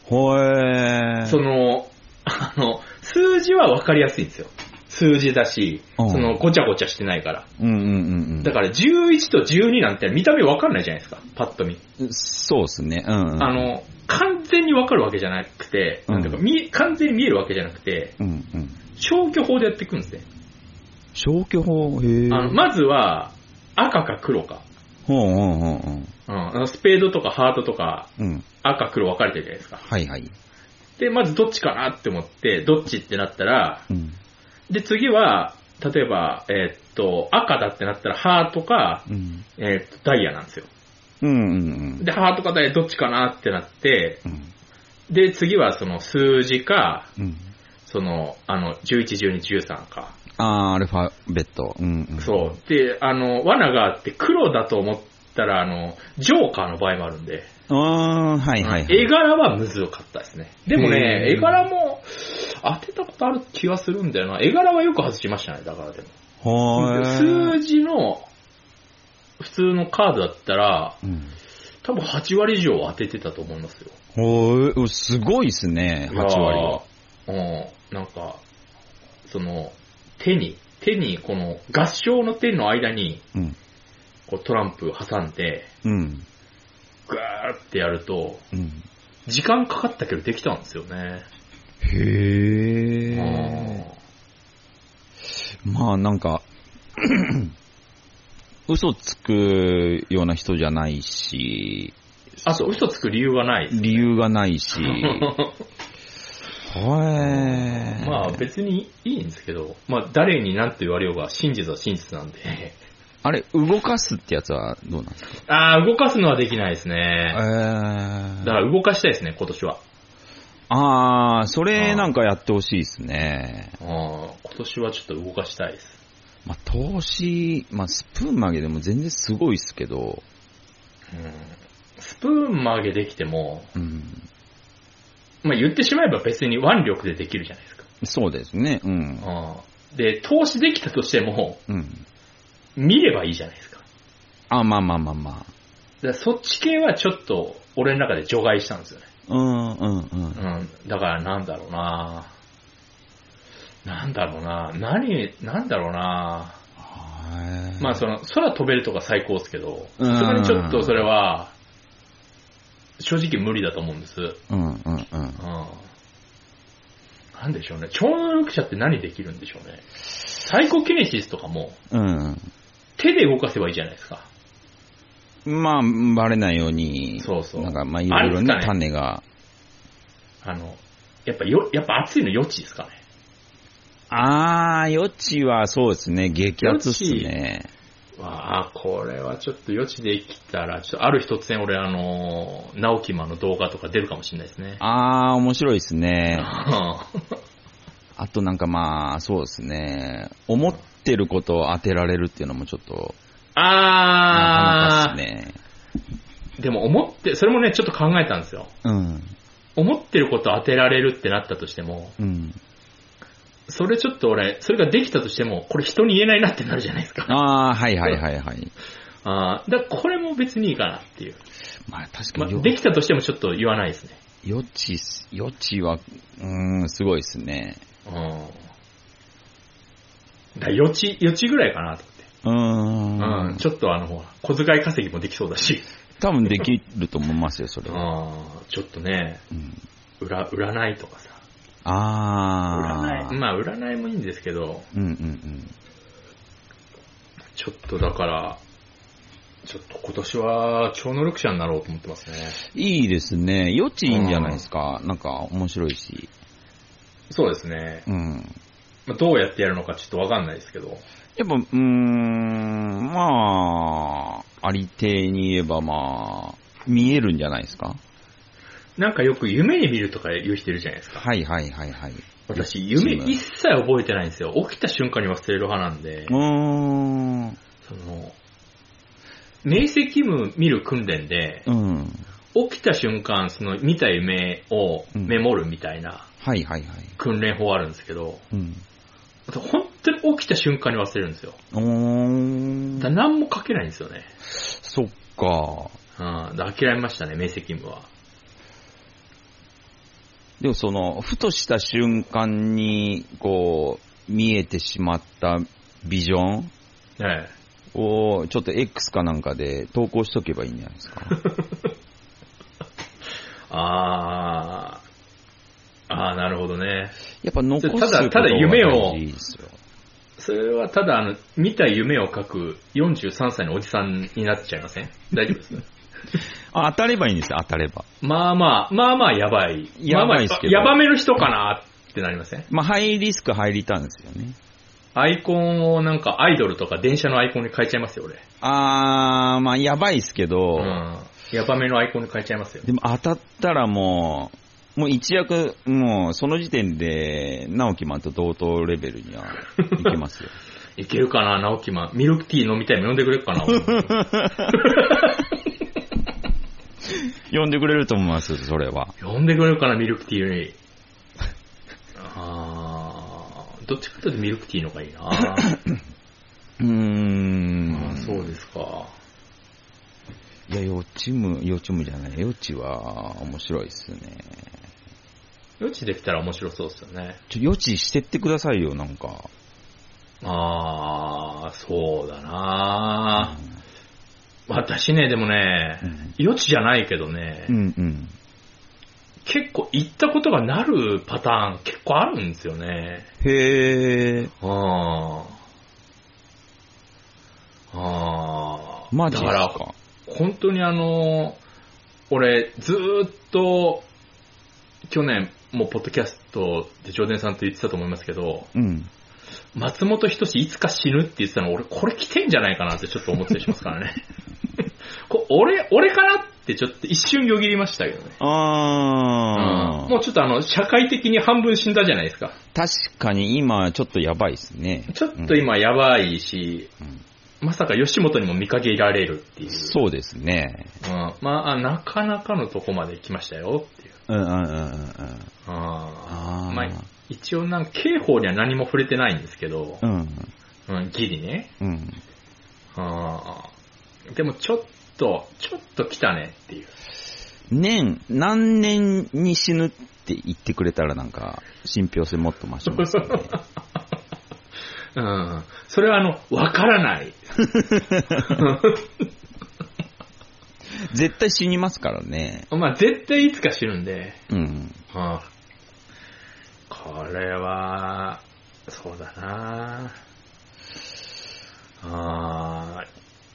B: ほえー。
A: その、あの、数字は分かりやすいんですよ。数字だし、
B: うん
A: その、ごちゃごちゃしてないから。
B: うんうんうんうん。
A: だから、11と12なんて見た目分かんないじゃないですか、パッと見。
B: そうっすね。うん、うん。
A: あ、の、完全に分かるわけじゃなくて、
B: うん
A: なんていうか、見完全に見えるわけじゃなくて、
B: うんうん。
A: 消去法でやっていくんですね。
B: 消去法、へえ。
A: あの、まずは、赤か黒か。
B: ほうほうほうほう。
A: うん、あのスペードとかハートとか、
B: うん。
A: 赤黒分かれてるじゃないですか。
B: はいはい。
A: で、まずどっちかなって思って、どっちってなったら、
B: うん。
A: で、次は、例えば、えーっと、赤だってなったら、ハートか、
B: うん。
A: えーっと、ダイヤなんですよ。
B: うんうん
A: で、ハートかダイヤどっちかなってなって、
B: うん。
A: で、次はその数字か、
B: うん。うん。
A: その、あの、11、12、13か。
B: あー、アルファベット。うん、うん。
A: そう。で、あの、罠があって、黒だと思ったら、あの、ジョーカーの場合もあるんで、
B: う。あー、はいはい、はい。
A: 絵柄はむずかったですね。でもね、
B: へー
A: 絵柄も当てたことある気はするんだよな。絵柄はよく外しましたね、だからでも。
B: はー
A: 数字の普通のカードだったら、
B: うん。
A: 多分8割以上は当ててたと思いますよ。
B: ほー、すごいっすね、8割
A: い
B: は。
A: やー。うん。なんか、その、手に、手に、この合唱の手の間に、
B: うん。
A: こうトランプ挟んで、
B: うん。
A: ぐーってやると、
B: うん。
A: 時間かかったけどできたんですよね。
B: へ
A: うん
B: ー。まあなんか、 <clears throat> 嘘つくような人じゃないし、
A: あと、嘘つく理由がない。
B: 理由がないし、はい。
A: まあ別にいいんですけど、まあ誰に何と言われようが真実は真実なんで。
B: あれ、動かすってやつはどうなんですか
A: ああ、動かすのはできないです
B: え
A: ね。だか
B: ー、
A: ら動かしたいですね、今年は。
B: あー、それなんかやってほしいですね。
A: うん今年はちょっと動かしたいです。
B: まあ、投資、まあ、スプーン曲げでも全然すごいっすけど、
A: うんスプーン曲げできても、
B: うん、
A: まあ言ってしまえば別に腕力でできるじゃないですか。
B: そうですね、うん。
A: うんで、投資できたとしても、
B: うん。
A: 見ればいいじゃないですか。だか
B: あ、まあまあまあまあ。
A: らそっち系はちょっと俺の中で除外したんですよね。
B: うん、うん、う
A: う
B: ん。
A: ん、だからなんだろうななんだろうな何、なんだろうな
B: はい
A: まあその、空飛べるとか最高ですけど、
B: う
A: そ
B: ん
A: れにちょっとそれは、正直無理だと思うんです。うん。
B: うん、うん、うん。
A: なんでしょうね。超能力者って何できるんでしょうね。サイコキネシスとかも、
B: うん。
A: 手で動かせばいいじゃないですか。
B: まあ、バレないように、
A: そうそう
B: なんか、まあ、いろいろ
A: あれ
B: ね、
A: ですか
B: 種が。
A: あの、やっぱよ、やっぱ熱いの余地ですかね。
B: あー、余地はそうですね、激アツっすね。
A: わあ、これはちょっと余地できたら、ちょっとある日突然俺あの、直木マの動画とか出るかもしれないですね。
B: あー、面白いですね。
A: あ <laughs>
B: あとなんかまあ、そうですね、思ってることを当てられるっていうのもちょっと、なかなか
A: あ
B: っすね。
A: ー、でも思って、それもね、ちょっと考えたんですよ。
B: うん、
A: 思ってること当てられるってなったとしても、
B: うん。
A: それちょっと俺、それができたとしても、これ人に言えないなってなるじゃないですか。
B: あー、はいはいはいはい。
A: あーだからこれも別にいいかなっていう。
B: まあ、確か
A: まあ
B: によ、
A: できたとしてもちょっと言わないですね。
B: 余地す、余地は、うーん、すごいですね。
A: うん。だから余地、余地ぐらいかなと
B: うー
A: 思って。うんん。。ちょっとあの、ほら、小遣い稼ぎもできそうだし。
B: 多分できると思いますよ、それは。
A: うん。ちょっとね、
B: うん、
A: 占、占いとかさ。
B: あ
A: 占
B: ー。
A: い。まあ、占いもいいんですけど、
B: うんうんうん。
A: ちょっとだから、ちょっと今年は超能力者になろうと思ってますね。
B: いいですね。余地いいんじゃないですか。なんか面白いし。
A: そうですね。
B: うん。
A: まあ、どうやってやるのかちょっとわかんないですけど。
B: やっぱ、うーん、まあ、ありていに言えばまあ、見えるんじゃないですか。
A: なんかよく夢に見るとか言う人いるじゃないですか。
B: はいはいはいはい。
A: 私、夢
B: う
A: 一切覚えてないんですよ。起きた瞬間に忘れる派なんで
B: ー、ん。うん。
A: その、明晰夢見る訓練で、起きた瞬間、その見た夢をメモるみたいな
B: はいはいはい。
A: 訓練法あるんですけど、
B: うん。
A: 本当に起きた瞬間に忘れるんですよ。
B: お
A: だから
B: ーん。
A: 何も書けないんですよね。
B: そっか。
A: うん、だから諦めましたね、明晰夢は。
B: でもその、ふとした瞬間に、こう、見えてしまったビジョン
A: ええ。
B: を、ちょっと X かなんかで投稿しとけばいいんじゃない <laughs> ですか。
A: あー、あー、なるほどね。
B: やっぱ残すことが
A: ただただ夢を
B: 大事ですよ
A: それはただ、あの、見た夢を書く43歳のおじさんになっちゃいません大丈夫
B: <laughs>
A: です
B: あ、当たればいいんですよ、当たれば。
A: まあまあ、まあまあやばい。
B: やばいっすけど
A: まあまあやばめの人かなってなりません
B: まあ、ハイリスク入りたんですよね。
A: アイコンをなんかアイドルとか電車のアイコンに変えちゃいますよ、俺。
B: あー、まあ、やばいっすけど、
A: うん。やばめのアイコンに変えちゃいますよ。
B: でも当たったらもう、もう一躍、もうその時点で、直木マンと同等レベルにはいけますよ。
A: いけるかな、直樹マン。ミルクティー飲みたいの飲んでくれる <laughs> かな。
B: 呼んでくれると思いますよ、それは。
A: 呼んでくれるかな、ミルクティーに。あーどっちかというとミルクティーの方がいいな。あ
B: うーん。
A: ーそうですか。
B: いや、予知夢、予知夢じゃない、予知は面白いっすね。
A: 予知できたら面白そうですよね。
B: ちょ、予知してってくださいよ、なんか。
A: あー、そうだな私ね、でもね、
B: うん
A: 予知じゃないけどね、
B: うんうん。
A: 結構行ったことがなるパターン結構あるんですよね。
B: へー。
A: あー。あー。
B: マジです
A: だから、
B: か。
A: 本当にあの、俺、ずーっと、去年、もうポッドキャストで常伝さんと言ってたと思いますけど、
B: うん。
A: 松本人志いつか死ぬって言ってたの、俺これ来てんじゃないかなってちょっと思ったりしますからね。 <laughs> こ俺、俺かなってちょっと一瞬よぎりましたけどね。
B: あー。
A: もうちょっとあの、社会的に半分死んだじゃないですか。
B: 確かに今ちょっとやばいですね。
A: ちょっと今やばいし、
B: うん、うん
A: まさか吉本にも見限られるっていう。
B: そうですね。
A: うん。まあ、なかなかのとこまで来ましたよっていう。
B: うんうんうんうんう
A: う
B: ん。
A: ん
B: あー
A: まあ、一応なんか刑法には何も触れてないんですけど
B: う、ん。
A: うん、ギリね。
B: うん。
A: うんでもちょっと、ちょっと来たねっていう。
B: 年、何年に死ぬって言ってくれたらなんか、信憑性もっと増しますよね。
A: <laughs> うん。それはあの、わから
B: <laughs>
A: ない。 <laughs>
B: 絶対死にますからね。
A: まあ絶対いつか死ぬんで。
B: うん。
A: うんこれは、そうだなあ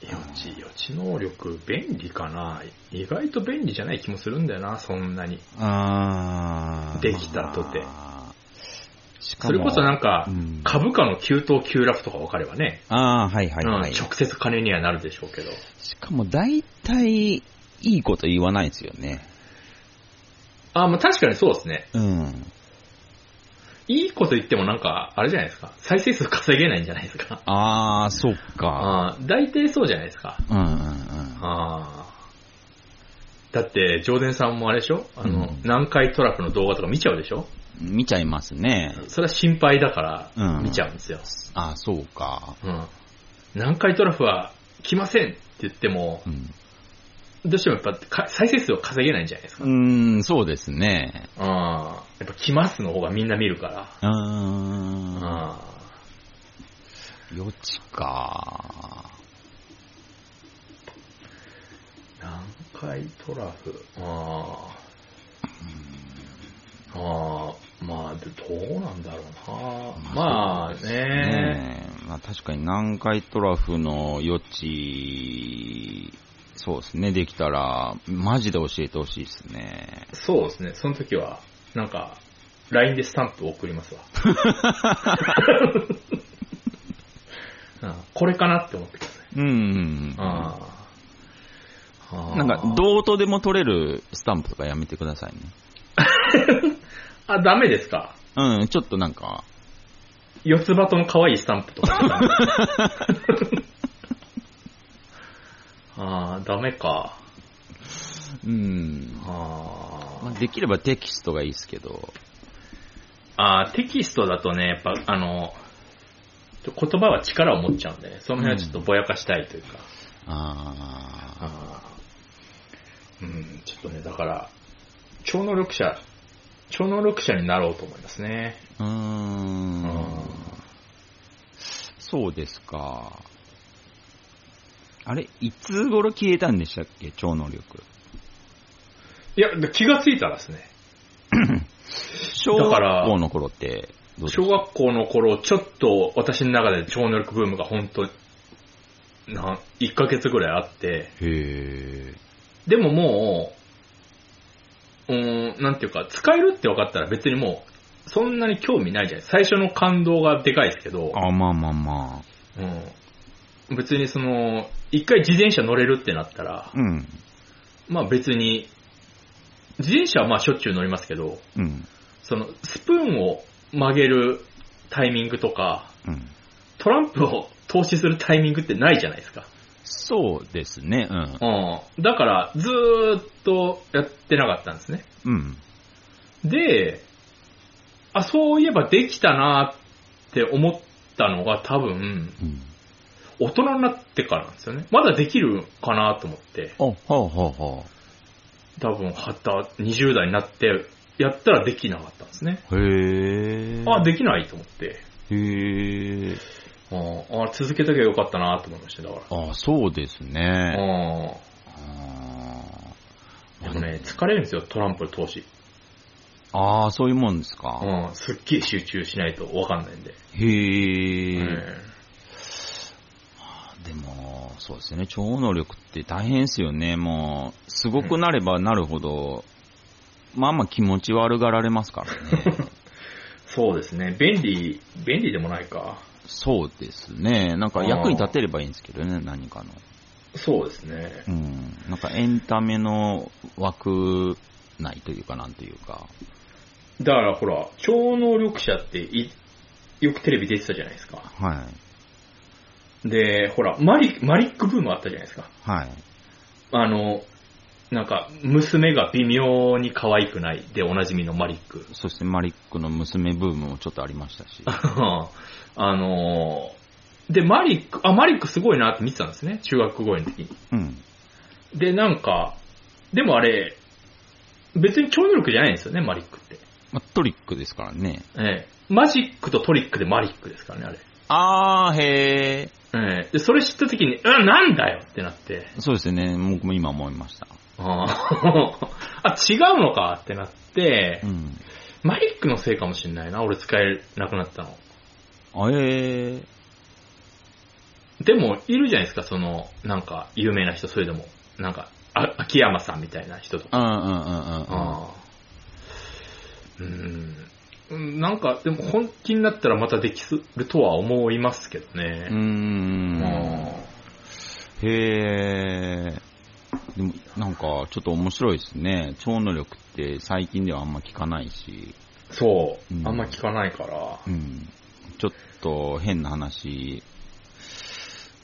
A: ー予知、予知能力便利かな意外と便利じゃない気もするんだよな、そんなに。
B: あー。
A: できたとて
B: まあ。しか
A: そ
B: も
A: れこそなんか、
B: うん
A: 株価の急騰急落とか分かればね、
B: あー、はいはいはい。
A: うん
B: し
A: 直接金にはなるでしょうけど。
B: かも大体、いいこと言わないですよね。
A: あーまあ確かにそうですね。
B: うん。
A: いいこと言ってもなんか、あれじゃないですか。再生数稼げないんじゃないですか。
B: あー、そっか。
A: あー大体そうじゃないですか。
B: うんうんうん。
A: あーだって、常伝さんもあれでしょあの、
B: うん
A: 南海トラフの動画とか見ちゃうでしょ
B: 見ちゃいますね。
A: それは心配だか
B: う
A: ら
B: ん
A: 見ちゃうんですよ。
B: ああ、そうか。
A: うん。南海トラフは来ませんって言っても
B: う、ん。
A: どうしてもやっぱか再生数を稼げないんじゃないですか。
B: うーん、そうですね。
A: うん。やっぱ来ますの方がみんな見るから。
B: う
A: うん。
B: ーん。
A: ま
B: 余地か。
A: 南海トラフ。ああ。ああ。まあ、でどうなんだろうな。まあね。
B: ねえ。まあ確かに南海トラフの余地、そうですね、できたら、マジで教えてほしいですね。
A: そうですね。その時は、なんか、LINE でスタンプを送り
B: <laughs>
A: ますわ。うんこれかなって思ってください。
B: うんうんうん。
A: ああああ
B: なんか、どうとでも取れるスタンプとかやめてくださいね。
A: あ、ダメですか
B: うん、ちょっとなんか、
A: 四つ葉とも可愛いスタンプと
B: <laughs>
A: か。ああ、ダメか。
B: うん。
A: あ
B: まあ、できればテキストがいいですけど。
A: あああ、テキストだとね、やっぱ、あの、言葉は力を持っちゃうんでね、その辺はちょっとぼやかしたいというか。
B: あ
A: あーうん、ちょっとね、だから、超能力者、超能力者になろうと思いますね。
B: あ。うー。
A: うんん
B: そうですか。あれいつ頃消えたんでしたっけ超能力。
A: いや、で気がついたらですね、
B: 小
A: だから
B: 学校の頃ってどうです
A: 小
B: か
A: 学校の頃、ちょっと私の中で超能力ブームが本当なん、1ヶ月ぐらいあって、
B: へえ。
A: でももう、うーん、なんていうか、使えるって分かったら別にもう、そんなに興味ないじゃない最初の感動がでかいですけど、
B: あ、まあまあま
A: うん、別にその、一回自転車乗れるってなったら
B: あ。、うん。
A: まあ別に、自転車はまあしょっちゅう乗りますけど、
B: うん。
A: その、スプーンを曲げるタイミングとか、
B: うん。
A: トランプを投資するタイミングってないじゃないですか。
B: そうですね。うん。
A: うん。だから、ずーっとやってなかったんですね。
B: うん。
A: で、あ、そういえばできたなって思ったのが多分、
B: うん。
A: 大人になってからなんですよね。まだできるかなと思って、
B: あ、はあはあは
A: 多分、はた、20代になって、やったらできなかったんですね。
B: あ。へえ。
A: あ、できないと思って、
B: へえ。
A: うんあ、続けときゃよかったなと思いました、だか
B: あ、そうです
A: ら。う
B: ね。
A: んで
B: あ
A: もね、疲れるんですよ、トランプの投資。
B: ああ、そういうもんですか。
A: うん、すっきり集中しないとわかんないんで。
B: へえ、
A: うん
B: でも、そうですね、超能力って大変ですよね。もう、すごくなればなるほど、まあまあ気持ち悪がられますから <laughs> ね。
A: そうですね、便利、便利でもないか。
B: そうですね。なんか役に立てればいいんですけどね、何かの。
A: そうですね
B: う。ん。なんかエンタメの枠内というかなんというか。
A: だからほら、超能力者っていよくテレビ出てたじゃないですか。
B: はい。
A: で、ほら、マリマリックブームあったじゃないですか。
B: はい。
A: あの、なんか、娘が微妙に可愛くないでおなじみのマリック。
B: そしてマリックの娘ブームもちょっとありましたし。
A: <laughs> あのーで、マリック、あ、マリックすごいなって見てたんですね。中学校の時に。
B: うん。
A: で、なんか、でもあれ、別に超能力じゃないんですよね、マリックって。
B: まあ、トリックですからね。
A: ええ。マジックとトリックでマリックですからね、
B: あー、へー。
A: あれ。ええ。で、それ知った時に、うん、なんだよってなって。
B: そうですね、僕も今思いました。
A: あー <laughs> あ、違うのかってなって
B: う、ん。
A: マリックのせいかもしんないな、俺使えなくなったの。
B: あえー、
A: でも、いるじゃないですか、その、なんか、有名な人、それでも。なんか、あ秋山さんみたいな人とか。
B: うんうんうんうん
A: あーうん。うんなんか、でも本気になったらまたできるとは思いますけど
B: うん。う。
A: ね。うんん
B: へえ。でも、なんか、ちょっと面白いですね。超能力って最近ではあんま聞かないし、
A: そう
B: う。ん
A: あんま聞かないから。
B: うん。ちょっと変な話、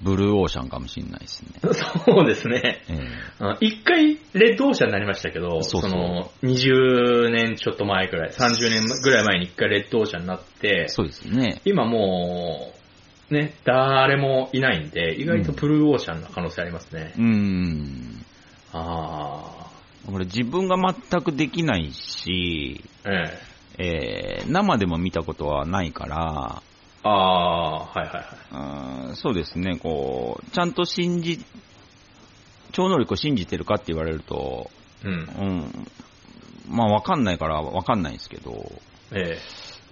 B: ブルーオーシャンかもしれないですね。
A: <laughs> そうですね。
B: え
A: あ一回、レッドオーシャンになりましたけど、
B: そうそう
A: の、20年ちょっと前くらい、30年ぐらい前に一回レッドオーシャンになって
B: え、そうですね。
A: 今もう、ね、誰もいないんで、意外とブルーオーシャンな可能性ありますね
B: う。ん。
A: あ
B: これ自分が全くできないし、
A: あ。ええ。
B: えー生でも見たことはないから、
A: ああ、はいはいはい。
B: うんそうですね、こう、ちゃんと信じ、超能力を信じてるかって言われると、
A: うん。
B: うん、まあわかんないからわかんないですけど、
A: え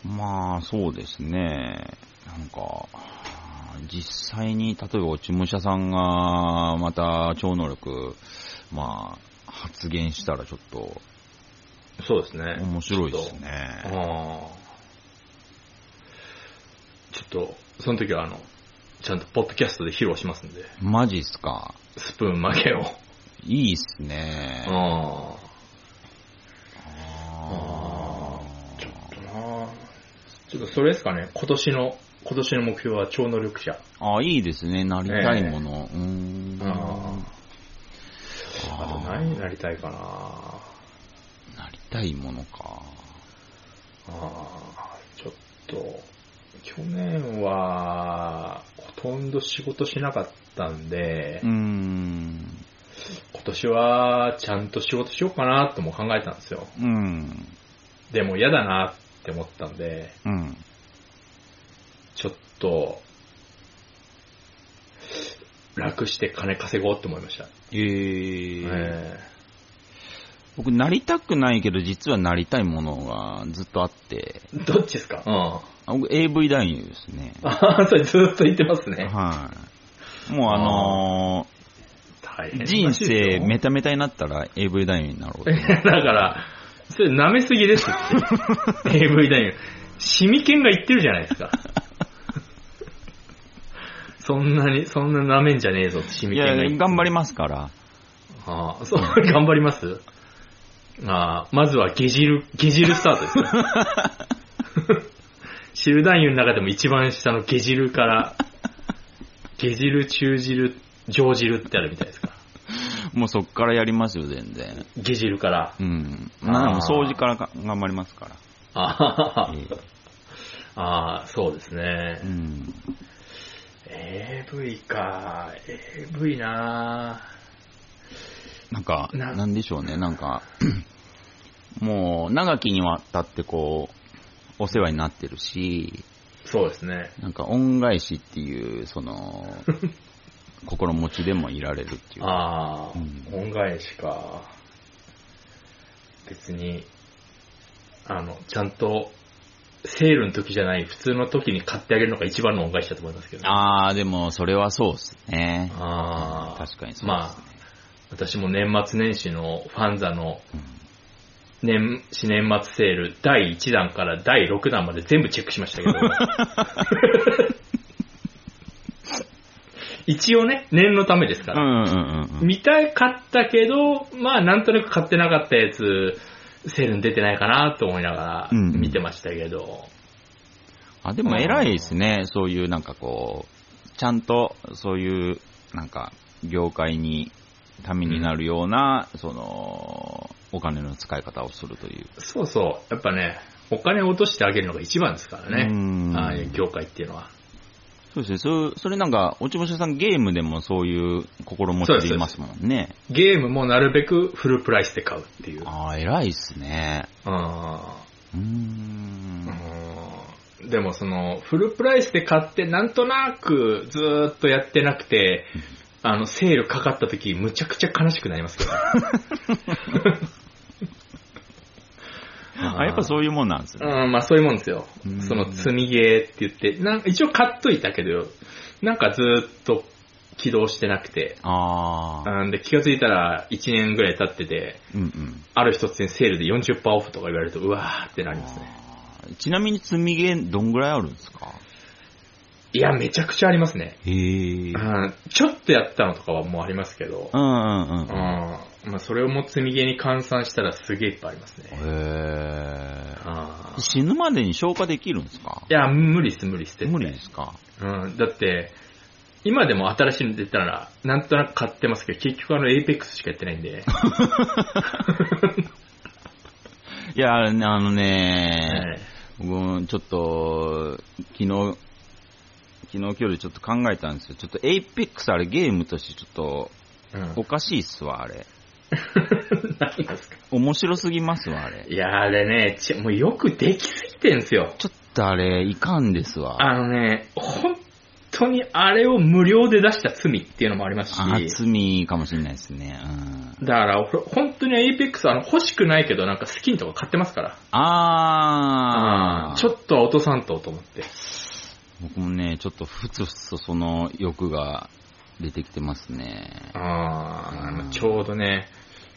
A: え。
B: まあそうですね、なんか、実際に例えば落ち武者さんがまた超能力、まあ発言したらちょっと
A: そうですね。
B: 面白いです
A: あ
B: ね。
A: あ。ちょっと、その時はあの、ちゃんとポッドキャストで披露しますんで、
B: マジっすか。
A: スプーン曲げを。
B: いいっすね。
A: ああ。
B: あー
A: ちょっとなちょっとそれですかね、今年の、今年の目標は超能力者。
B: あ、いいですね。なりたいもの。うーん。
A: ああと
B: あー
A: 何になりたいかなあ
B: なりたいものか。
A: あちょっと、去年は、ほとんど仕事しなかったんで、
B: うーん。
A: 今年はちゃんと仕事しようかなとも考えたんですよ。
B: うん。
A: でも嫌だなって思ったんで、
B: うん。
A: ちょっと、楽して金稼ごうって思いました。
B: えー
A: え
B: 僕、なりたくないけど、実はなりたいものがずっとあって、
A: えどっちですかうん。
B: あ僕、AV 男優ですね。
A: <laughs> ああ、それずっと言ってますね。
B: はい。もう、あの
A: 大
B: ー
A: 変
B: 人生め
A: ち
B: タメタになったら AV 男優になろうと
A: ゃ。<laughs>
B: 思う。
A: だから、それ舐めすぎですって。AV 男優。シミケンが言ってるじゃないです <laughs> か。そんなに、そんな舐めんじゃねえぞってシミ
B: い
A: ケン
B: や
A: が言って、
B: 頑張りますから。
A: ああ、そう、 <laughs> 頑張りますああ、まずはゲジル、ゲジルスタートですね。 <laughs> 汁男優の中でも一番下のゲジルから、ゲジル、中汁、上汁ってあるみたいですから。
B: もうそっからやりますよ、全然。
A: ゲジルから。
B: うん。
A: あー
B: なんかもう掃除からか頑張りますから。
A: あはは
B: ええ
A: ああ、そうですね
B: う。ん。
A: AV か。AV な
B: なんか、
A: な
B: なんでしょうね、なんか、 <clears throat> もう、長きにわたってこう、お世話になってるし、
A: そうですね。
B: なんか恩返しっていう、
A: <laughs>
B: その、心持ちでもいられるっていう。
A: ああ、
B: うん
A: 恩返しか。別に、あの、ちゃんと、セールの時じゃない、普通の時に買ってあげるのが一番の恩返しだと思いますけどね、
B: あー、でも、それはそうっすね。
A: ああ、
B: 確かにそうですね。
A: まあ、私も年末年始のファンザの
B: うん
A: 年始年末セール第1弾から第6弾まで全部チェックしましたけど。
B: <laughs>
A: 一応ね、念のためですか
B: う
A: ら。
B: んうんうんうん。
A: 見たかったけど、まあなんとなく買ってなかったやつ、セールに出てないかなと思いながら
B: うんうん
A: 見てましたけど。
B: あ、でも偉いですね。そういうなんかこう、ちゃんとそういうなんか業界にためになるような、その、お金の使い方をするという。
A: そうそう。やっぱね、お金を落としてあげるのが一番ですからね。
B: ね
A: ああいう業界っていうのは。
B: そうですね。そうそれなんか、落ち武者さんゲームでもそういう心持ちでいますもんね。
A: ゲームもなるべくフルプライスで買うっていう。
B: ああ、偉いっすね。
A: うん
B: うーん。
A: でもその、フルプライスで買って、なんとなくずーっとやってなくて、あの、セールかかった時、むちゃくちゃ悲しくなりますけど。
B: あやっぱそういうもんなんですね。
A: うん、まあそういうもんですよ
B: う。ん
A: その積みゲーって言って、なん一応買っといたけど、なんかずーっと起動してなくて、
B: ああ。
A: うんで気がついたら1年ぐらい経ってて、
B: うんうん。
A: ある日突然セールで40%オフとか言われると、うわーってなりますね。
B: あーちなみに積みゲーどんぐらいあるんですか
A: いや、めちゃくちゃありますね。
B: へえ。
A: うんちょっとやったのとかはもうありますけど、
B: うんうんうん
A: うん
B: うん。
A: まあ、それをもう積みゲーに換算したらすげえいっぱいありますね。
B: へー
A: あー
B: 死ぬまでに消化できるんですか
A: いや、無理です、無理です。絶対
B: 無理ですか
A: うん、だって、今でも新しいの出たら、なんとなく買ってますけど、結局あの、エイペックスしかやってないん
B: <laughs>
A: で。
B: いや、あの
A: は
B: ね、
A: い
B: 僕もちょっと、昨日、昨日今日でちょっと考えたんですよ。ちょっとエイペックスあれゲームとしてちょっと
A: うん
B: おかしいっすわ、あれ。
A: 何ですか
B: 面白すぎますわ、あれ。
A: <laughs> いや、あれね、ちもうよくできすぎてんすよ。
B: ちょっとあれ、いかんですわ。
A: あのね、本当にあれを無料で出した罪っていうのもありますし、
B: あ罪かもしれないですね。うん。
A: だから、ほ本当に APEX はあの欲しくないけど、なんかスキンとか買ってますから。
B: あー。
A: ちょっとは落とさんとと思って。
B: 僕もね、ちょっとふつふつとその欲が出てきてますね。
A: あ
B: うん
A: ーちょうどね、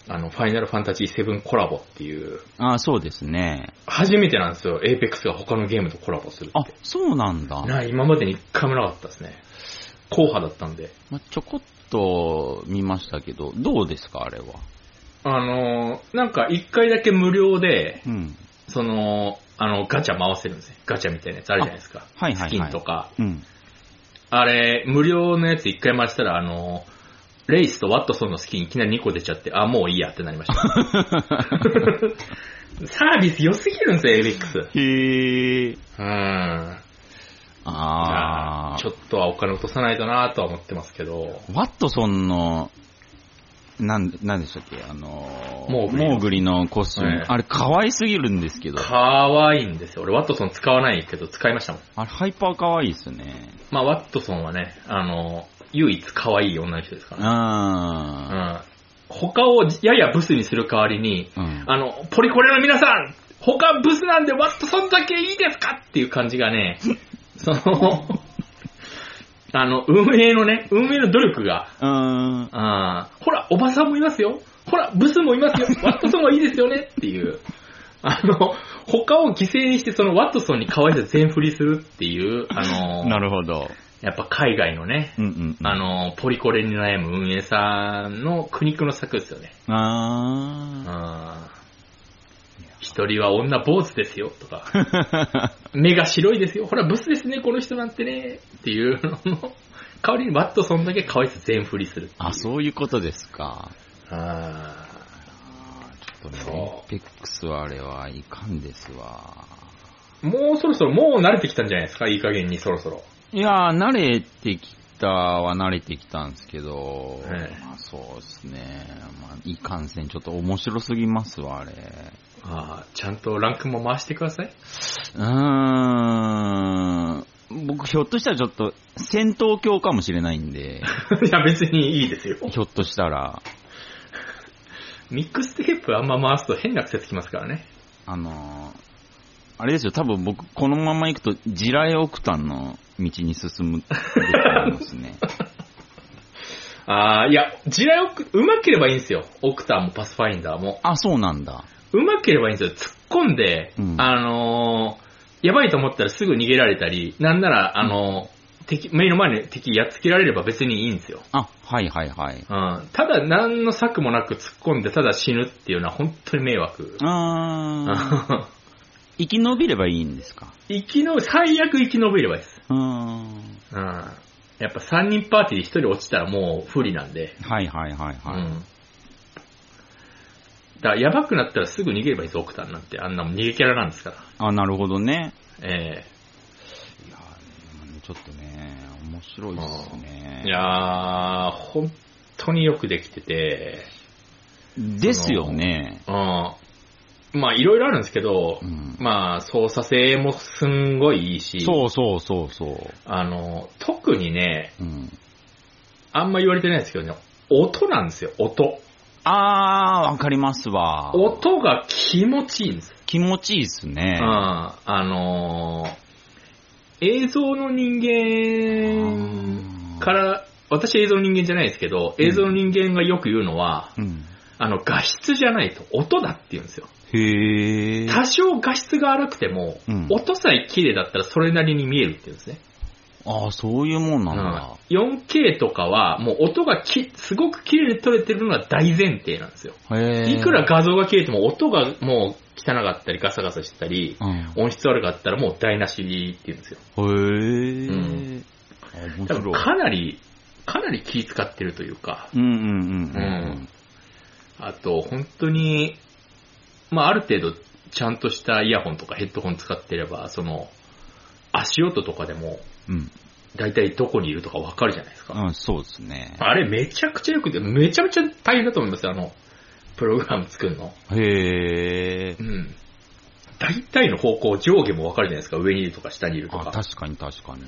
A: あの、ファイナルファンタジー7コラボっていう、
B: あーそうですね。
A: 初めてなんですよ、APEX が他のゲームとコラボする
B: あ
A: っ、
B: そうなんだ
A: て。。な、今までに一回もなかったですね。硬派だったんで。
B: まあ、ちょこっと見ましたけど、どうですか、あれは。
A: あのーなんか一回だけ無料で、
B: うん。
A: その、あの、ガチャ回せるんですね。ガチャみたいなやつあるじゃないですか。
B: はいはいはい。
A: スキンとか。
B: うん。
A: あれ、無料のやつ一回回したら、あの、レイスとワットソンのスキンいきなり2個出ちゃって、あ、もういいやってなりました。
B: <laughs>
A: サービス良すぎるんですよ、エイベックス。
B: へー。
A: うん。じゃ
B: あ
A: あ、
B: ー
A: ちょっとはお金落とさないとなとは思ってますけど、
B: ワットソンの、なん、なんでしたっけ、あのー、
A: モーグリ
B: モーグリのコスチューム、
A: はい
B: あれ可愛すぎるんですけど、
A: かわいいんですよ。俺、ワットソン使わないけど、使いましたもん。
B: あれハイパー可愛いですね。
A: まあ、ワットソンはね、あの、唯一可愛い女の人ですから、うん。
B: あ
A: 他をややブスにする代わりに、
B: ー。うん。
A: あの、ポリコレの皆さん、他ブスなんでワットソンだけいいですかっていう感じが <laughs> ね、その、あの、運営のね、運営の努力が、
B: うん。
A: あーほら、おばさんもいますよ。ほら、ブスもいます
B: <laughs>
A: よ。ワットソンはいいですよねっていう。あの、他を犠牲にして、そのワットソンに可愛さ全振りするっていう、あの、
B: <laughs> なるほど。
A: やっぱ海外のね、
B: うんうん。
A: あ、の、ポリコレに悩む運営さんの苦肉の策ですよね。
B: あ
A: あー一人は女坊主ですよとか、
B: <laughs> ー。
A: 目が白いですよ、ほらブスですね、この人なんてね、っていうのの、代わりにワットソンだけ可愛さ全振りするっていう。
B: あ、そういうことですか。
A: あ
B: ちょっと
A: そう
B: ね、ペックスはあれはいかんですわ。
A: ーもうそろそろ、もう慣れてきたんじゃないですか、いい加減にそろそろ。
B: いやー、慣れてきたは慣れてきたんですけど、
A: ええ
B: まあ、そうですね。まあ、いかんせん、ちょっと面白すぎますわ、あれ。
A: あーちゃんとランクも回してください。
B: うーん。僕、ひょっとしたらちょっと、戦闘狂かもしれないんで、
A: <laughs>
B: <laughs>
A: いや、別にいいですよ。
B: ひょっとしたら、
A: ミックステープあんま回すと変な癖つきますからね。
B: あのーあれですよ、多分僕、このまま行くと、地雷オクタンの道に進むと思います <laughs> ね。
A: ああ、いや、地雷をく、うまければいいんですよ。オクターもパスファインダーも。
B: あ、そうなんだ。
A: うまければいいんですよ。突っ込んで、
B: うん
A: あのーやばいと思ったらすぐ逃げられたり、なんなら、あのー敵、目の前に敵やっつけられれば別にいいんですよ。
B: あ、はいはいはい。
A: うん。ただ、何の策もなく突っ込んで、ただ死ぬっていうのは本当に迷惑。
B: あー <laughs> 生き延びればいいんですか。
A: <laughs> 生きの、最悪生き延びればいいです。
B: うーん。
A: うん。やっぱ3人パーティーで1人落ちたらもう不利なんで。
B: はいはいはいはい。
A: うん。だから、やばくなったらすぐ逃げればいいぞ、オクタンなんて。あんなもん逃げキャラなんですから。
B: あ、なるほどね。
A: ええ
B: いやーでもねちょっとね、面白いですね。
A: いやー、本当によくできてて、
B: ですよね。
A: うん。まあ、いろいろあるんですけど、
B: うん
A: まあ、操作性もすんごいいいし、
B: そうそうそうそう。
A: あの、特にね、
B: うん、
A: あんま言われてないですけどね、音なんですよ、音。
B: あー、わかりますわ。
A: 音が気持ちいいんです。
B: 気持ちいいっすね。
A: うん。あのー映像の人間から、私映像の人間じゃないですけど、映像の人間がよく言うのは、
B: うん。
A: あの、画質じゃないと音だって言うんですよ。
B: へー。
A: 多少画質が荒くても、
B: うん
A: 音さえ綺麗だったらそれなりに見えるっていうんですね。
B: あー、そういうもんなんだ。
A: うん 4K とかは、もう音がきすごく綺麗に撮れてるのが大前提なんですよ。
B: へー。
A: いくら画像が綺麗でも音がもう汚かったりガサガサしてたり、
B: うん。
A: 音質悪かったらもう台無しっていうんですよ。
B: へー。
A: うん
B: あ面
A: 多分
B: 白い。
A: かなり、かなり気使ってるというか、
B: うんうんうんうん。
A: うんあと本当に、まあある程度ちゃんとしたイヤホンとかヘッドホン使ってれば、その、足音とかでも
B: うん。
A: 大体どこにいるとかわかるじゃないですか。
B: うん、そうですね。
A: あれめちゃくちゃよくて、めちゃめちゃ大変だと思いますよ。あの、プログラム作るの。
B: へえ
A: う。ん。大体の方向、上下もわかるじゃないですか。上にいるとか下にいると
B: あ、
A: か。
B: 確かに確かに。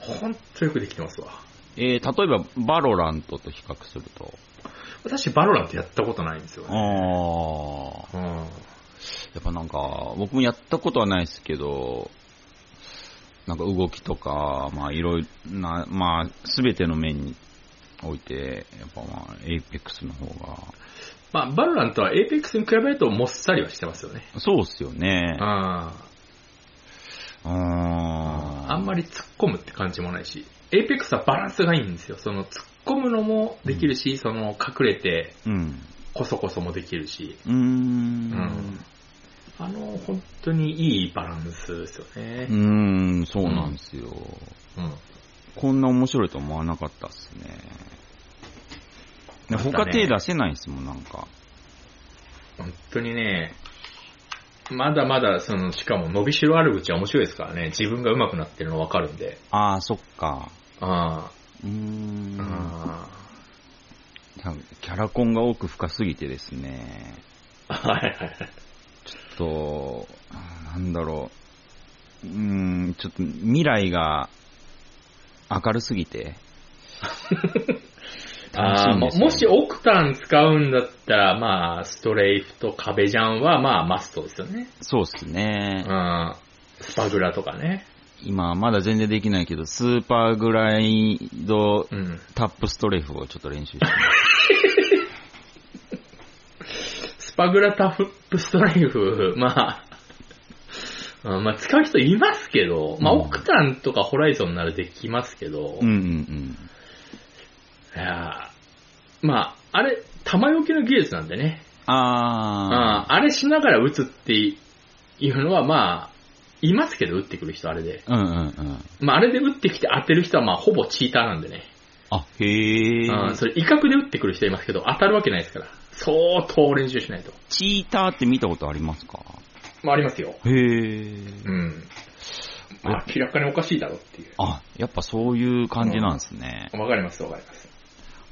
A: ほんとよくできてますわ。
B: えー、例えば、バロラントと比較すると。
A: 私、バロランってやったことないんですよね。
B: ああ。
A: うん。
B: やっぱなんか、僕もやったことはないですけど、なんか動きとか、まあいろいろな、まあすべての面において、やっぱまあ、エイペックスの方が、
A: まあ、バロランとはエイペックスに比べるともっさりはしてますよね。
B: そうっすよね。
A: あ
B: うー
A: あ
B: ん。
A: あんまり突っ込むって感じもないし、エイペックスはバランスがいいんですよ。その突っ込むのもできるし、その隠れて
B: うん。
A: こそこそもできるし、
B: うーん。
A: あの、本当にいいバランスですよね
B: う。ーん、そうなんですよ。
A: うん
B: こんな面白いと思わなかったっすね。
A: またね
B: 他手出せないっすもん、なんか。
A: 本当にね、まだまだ、その、しかも伸びしろある口は面白いですからね、自分が上手くなってるの分かるんで。
B: ああ、そっか。
A: あ
B: うーん
A: あ、。あ
B: キャラコンが多く深すぎてですね。
A: あ、はいはいはい。
B: ちょっと、なんだろう。うーん、ちょっと未来が明るす
A: <laughs>
B: ぎて。楽し
A: あ
B: い
A: ー
B: んで
A: も
B: すよ
A: もしオクタン使うんだったら、まあ、ストレイフとカベジャンは、まあ、マストですよね。
B: そうっす
A: う
B: ね。
A: ん。スパグラとかね。
B: 今、まだ全然できないけど、スーパーグライド
A: うん。
B: タップストレフをちょっと練習して。
A: スパグラタフップストライ
B: <laughs>
A: フ、まあ、うんまあ、使う人いますけど、まあ、
B: うん
A: オクタンとかホライゾンならできますけど、
B: うんう
A: い
B: んうん。
A: やーまあ、あれ、弾よけの技術なんでね、うん
B: あ
A: あれしながら撃つっていうのは、まあ、いますけど、撃ってくる人、あれで。
B: ー。うんうんうん。
A: まあ、あれで撃ってきて当てる人は、まあ、ほぼチーターなんでね。
B: あ、へえ。
A: うん、それ威嚇で撃ってくる人いますけど、当たるわけないですから。相当練習しないと。
B: チーターって見たことありますか
A: まあ、ありますよ。
B: へえ。
A: うん。まあ明らかにおかしいだろっていう。
B: あ、やっぱそういう感じなんですね。
A: わかります、わかります。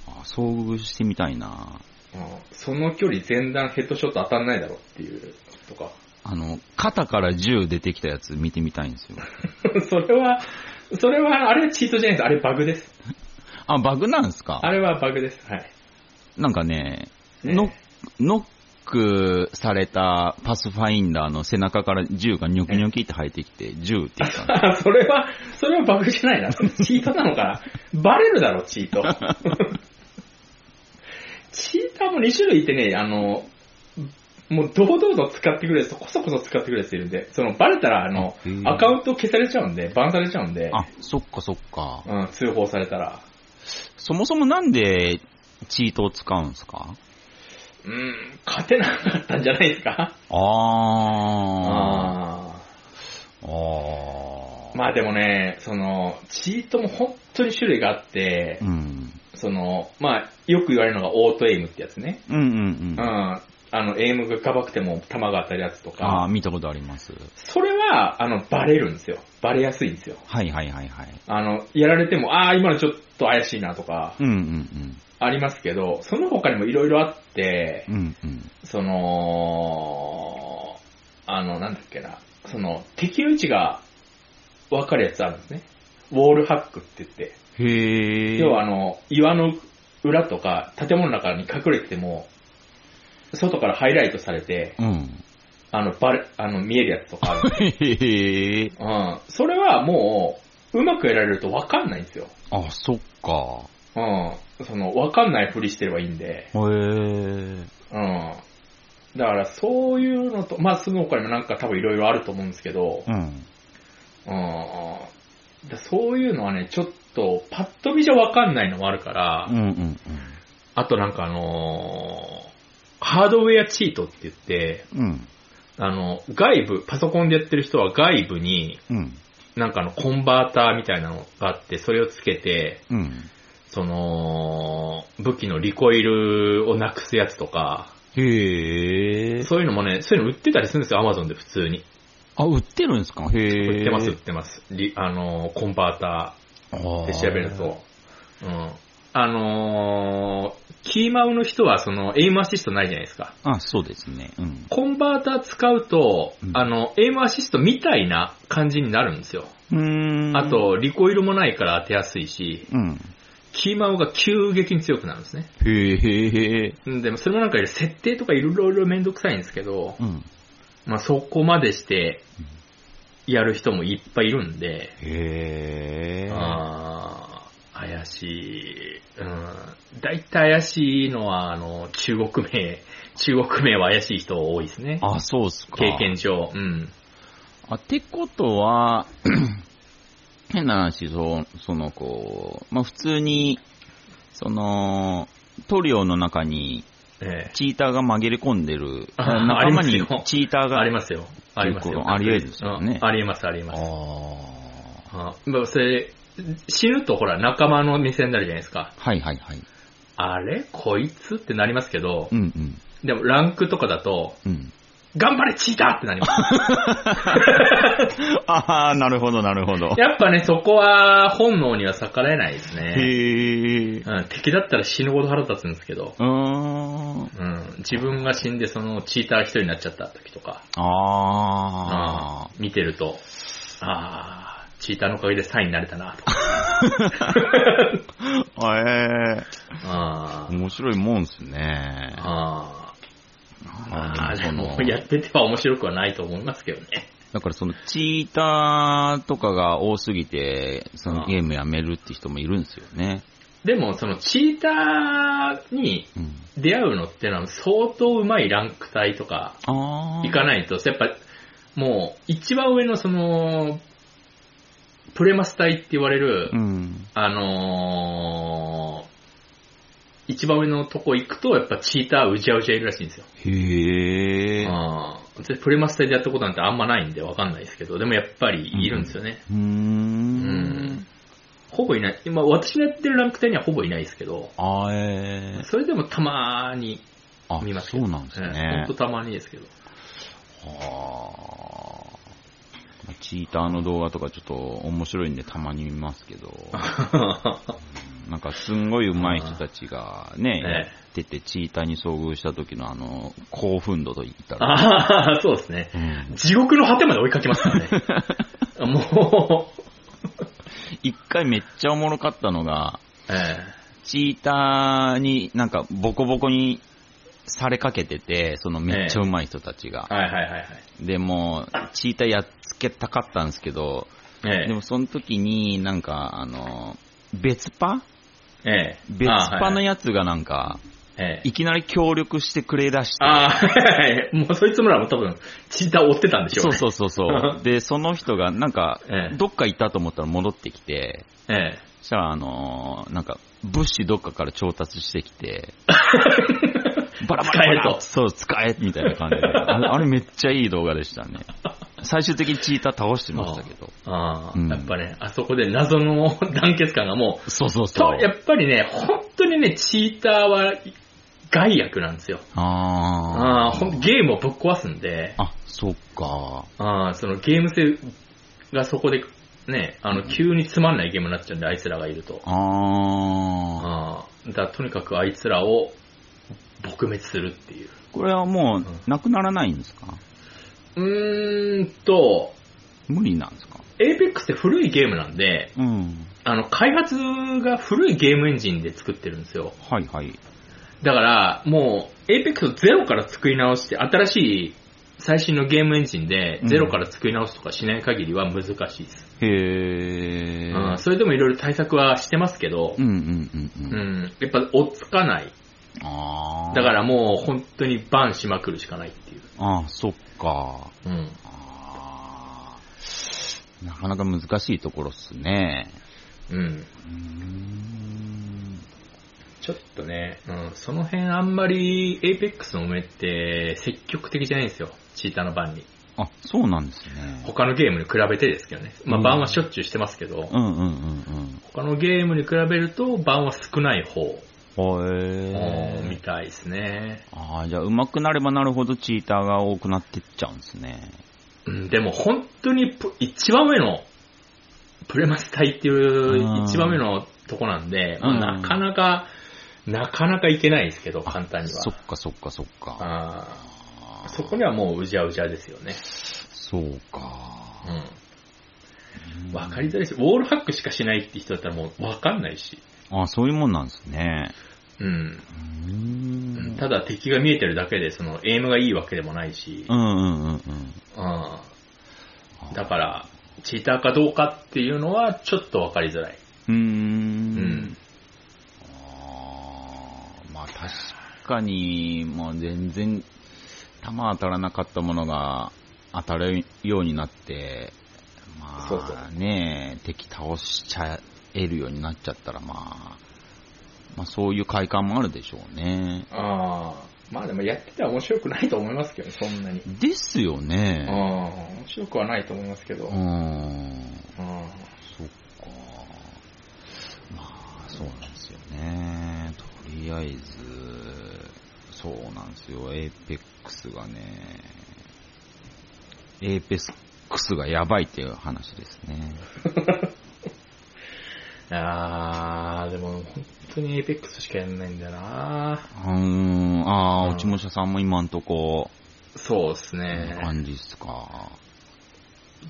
B: あ遭遇してみたいな。
A: うんその距離前段ヘッドショット当たんないだろっていうとか。 <laughs>
B: あの、肩から銃出てきたやつ見てみたいんですよ。
A: それは、それは、あれはチートじゃないです。あれバグです。
B: あ、バグなんですか
A: あれはバグです。はい。
B: なんかね、
A: ね
B: ノノックされたパスファインダーの背中から銃がニョキニョキって生えてきて、銃って言ったんで
A: あ <laughs> それは、それはバグじゃないな。チートなのかな。バレるだろ、チ
B: <laughs>
A: ート。チーターも2種類いてね、あの、もう堂々と使ってくれるやつと、こそこそ使ってくれるやついるんで、そのバレたら、あの
B: へ、ー、
A: アカウント消されちゃうんで、バンされちゃうんです
B: あ、そっかそっか。
A: うん、通報されたら。
B: そもそもなんでチートを使うんですか
A: うん、勝てなかったんじゃないですか
B: あー。
A: あ
B: あー。
A: ーまあでもね、その、チートも本当に種類があって、
B: うん。
A: その、まあ、よく言われるのがオートエイムってやつね。
B: うんうん
A: う
B: う
A: ん。
B: ん。
A: あの、エイムがかばくても弾が当たるやつと
B: あー、
A: か。
B: 見たことあります。
A: それは、あの、バレるんですよ。バレやすいんですよ。
B: はいはいはいはい。
A: あの、やられても、ああ、今のちょっと怪しいなとか、
B: うんうん
A: ありますけど、その他にもいろいろあって
B: うん。う、んうん。
A: その、あの、なんだっけな、その、敵の位置が分かるやつあるんですね。ウォールハックって言って、
B: へえ。
A: 要はあの、岩の裏とか、建物の中に隠れてても、外からハイライトされて、
B: うん。
A: あの、バレ、あの、見えるやつとかあるんです
B: へえ。
A: よ。うん。それはもう、うまくやられると分かんないんですよ。
B: <laughs> あ、そっか。
A: うん。その、わかんないふりしてればいいんで。
B: へえ。
A: うん。だから、そういうのと、まあ、その他にもなんか多分いろいろあると思うんですけど、
B: うん。
A: うん。だそういうのはね、ちょっと、パッと見じゃわかんないのもあるから、
B: うんうんうん。
A: あとなんかあのーハードウェアチートって言って、
B: うん。
A: あの、外部、パソコンでやってる人は外部に、
B: うん。
A: なんかあの、コンバーターみたいなのがあって、それをつけて、
B: うん。
A: その、武器のリコイルをなくすやつとか、
B: へえ。
A: そういうのもね、そういうの売ってたりするんですよ、アマゾンで普通に。
B: あ、売ってるんですかへえ。
A: 売ってます、売ってます。リあのー、コンバータ
B: あ
A: ー
B: ー
A: で調べると。うん。あのーキーマウの人はそのエイムアシストないじゃないですか。
B: あ、そうですね。うん。
A: コンバーター使うと、
B: うん
A: あの、エイムアシストみたいな感じになるんですよ。
B: うーん
A: あ、と、リコイルもないから当てやすいし、
B: うん。
A: キーマウが急激に強くなるんですね。
B: へえ。
A: うんでもそれもなんか設定とかいろいろいろめんどくさいんですけど、
B: うん。
A: まあそこまでしてやる人もいっぱいいるんで、
B: へえ。
A: あー怪しい。うん。だいたい怪しいのは、あの、中国名、 <laughs> 中国名は怪しい人多いですね。
B: あ、そうっすか。
A: 経験上。うん。
B: あ、てことは、 <clears throat> 変な話、そうその、こう、まあ、普通に、その、塗料の中に、
A: ええ
B: チーターが紛れ込んでる、
A: ああ
B: 仲
A: りま
B: 間
A: す
B: に
A: よ
B: チーターが、
A: ありますよ。あります
B: というこ
A: よ。
B: とあり得るんですよね
A: うんありえます、ありえ
B: あ
A: ます。
B: ー
A: あまあそれ、死ぬとほら仲間の目線になるじゃないですか。
B: はいはいはい。
A: あれこいつってなりますけど
B: う、んうん。
A: でもランクとかだと、 <laughs>
B: うん。
A: 頑張れチーターってなります。
B: ああ、なるほどなるほど。
A: <laughs> やっぱね、そこは本能には逆らえないですね。
B: へえ。
A: うん、敵だったら死ぬほど腹立つんですけど、
B: うーん。
A: うん、自分が死んでそのチーター一人になっちゃった時とか、
B: ああ。
A: うん見てると、あー、チーターのおかげでサインになれたなとか、
B: え
A: あ
B: え。
A: ー
B: 面白いもんっすね。
A: あーあー
B: あー
A: で
B: でもその
A: もやってては面白くはないと思いますけどね。
B: だからそのチーターとかが多すぎて、そのゲームやめるって人もいるんですよね。
A: でもそのチーターに
B: うん。
A: 出会うのってのは相当うまいランク帯とか
B: ああ。
A: 行かないと、やっぱ、もう、一番上のその、プレマス隊って言われる、
B: うん。
A: あのー一番上のとこ行くと、やっぱチーターうじゃうじゃいるらしいんですよ。
B: へえ。
A: うんでプレマス隊でやったことなんてあんまないんでわかんないですけど、でもやっぱりいるんですよね。
B: うーん。
A: ほぼいない。今、私のやってるランク帯にはほぼいないですけど、
B: あーえー。
A: それでもたまーに
B: あ
A: 見、ます
B: そ
A: けど。
B: うなんです
A: ええ
B: ね
A: ほんと。たまにです
B: <laughs>
A: けど。
B: はあ。チーターの動画とかちょっと面白いんでたまに見ますけ <laughs> ど、なんかすんごい上手い人たちがね、
A: あー
B: やっててチーターに遭遇した時のあの、興奮度と言ったら、
A: ああ、そうですね。
B: うん
A: 地獄の果てまで追いかけますからね。
B: <laughs>
A: もう、
B: 一回めっちゃおもろかったのが、
A: え
B: チーターになんかボコボコにされかけてて、そのめっちゃ上手い人たちが
A: え。はいはいはいはい。
B: でもう、チーターやっつけたかったんですけど、
A: ええ
B: でもその時になんかあの、別パ
A: ええ
B: 別
A: あ
B: パ
A: あ
B: の
A: はい
B: やつがなんか、
A: ええ
B: いきなり協力してくれだして、
A: ああ、はいはいもうそいつもらも多分、チーター追ってたんでしょう
B: そう
A: ね。
B: そうそう
A: <laughs>
B: そう。で、その人がなんか
A: ええ、
B: どっか行ったと思ったら戻ってきて、
A: え
B: そしたらあのーなんか、物資どっかから調達して
A: <laughs>
B: きて、バラバラバラ
A: 使えと
B: そう、使えみたいな感じで。
A: <laughs>
B: あれあれめっちゃいい動画でしたね。最終的にチーター倒してましたけど。
A: えああ、
B: うん
A: やっぱね、あそこで謎の <laughs> 団結感がも
B: そうそう
A: う、そ
B: そう
A: う、。やっぱりね、本当にね、チーターは害悪なんですよ。ああ
B: あ
A: ほん
B: ー
A: とゲームをぶっ壊すんで、
B: あ、そっか。
A: ああそのゲーム性がそこで、ね、あの、急につまんないゲームになっちゃうんで、あいつらがいると。
B: あー
A: ああだからとにかくあいつらを撲滅するっていう。
B: これはも
A: ん
B: う、なくならないんですか
A: うーんと、
B: 無理なんですか
A: エイペックスって古いゲームなんで、
B: うん。
A: あの、開発が古いゲームエンジンで作ってるんですよ。
B: はいはい。
A: だから、もう、エイペックスをゼロから作り直して、新しい最新のゲームエンジンで
B: うん
A: ゼロから作り直すとかしない限りは難しいです。
B: へえ。
A: うん、それでもいろいろ対策はしてますけど
B: う、んうんう
A: うん
B: うん。
A: ん、やっぱ追っつかない。
B: ああ。
A: だからもう本当にバンしまくるしかないっていう。
B: ああ、そっか。
A: うん。
B: あーなかなか難しいところっすね。
A: うん。
B: うーん。
A: ちょっとね、うん、その辺あんまり、エイペックスの梅って積極的じゃないんですよ。チーターの番に。
B: あ、そうなんですね。
A: 他のゲームに比べてですけどね。まあ、
B: うん
A: 番はしょっちゅうしてますけど、
B: うんうんうん
A: 他のゲームに比べると、番は少ない方、
B: うん。
A: うんみ
B: へえ。
A: たいですね。
B: ああ、じゃあ上手くなればなるほどチーターが多くなってっちゃうんですね。
A: うん、でも本当にプ、一番上の、プレマス隊っていう
B: うん
A: 一番上のとこなんで、まあ
B: うん
A: なかなかなかなか行けないですけど、簡単には。
B: そっかそっかそっか。
A: あ
B: あ
A: ー
B: ー
A: そこにはもううじゃうじゃですよね。
B: そうか。
A: うん。わかりづらいし、ウォールハックしかしないって人だったらもうわかんないし。
B: あ、そういうもんなんですね。
A: うん。
B: うーん。
A: ただ敵が見えてるだけで、その、エイムがいいわけでもないし。
B: うんうんうんう
A: う
B: ん。
A: ん。だから、チーターかどうかっていうのはちょっとわかりづらい。
B: うー
A: うんん。。
B: あーまあ確かに、もう全然、弾当たらなかったものが当たるようになって、ま
A: そうそ
B: あねえ、敵倒しちゃえるようになっちゃったら、まあ、まあそういう快感もあるでしょうね。
A: ああ。まあでもやってては面白くないと思いますけど、そんなに。
B: ですよ
A: うん。
B: ね。
A: 面白くはないと思いますけど。
B: う
A: うん。
B: ん。そっか。まあ、そうなんですよね。とりあえず、そうなんですよ。エーペックスがね、エーペックスがやばいっていう話ですね。
A: ああ、でも本当にエイペックスしかやんないんだよな
B: うーん、ああ、
A: うん
B: 落ち武者さんも今んとこ、
A: そうですね。
B: 感じっすか。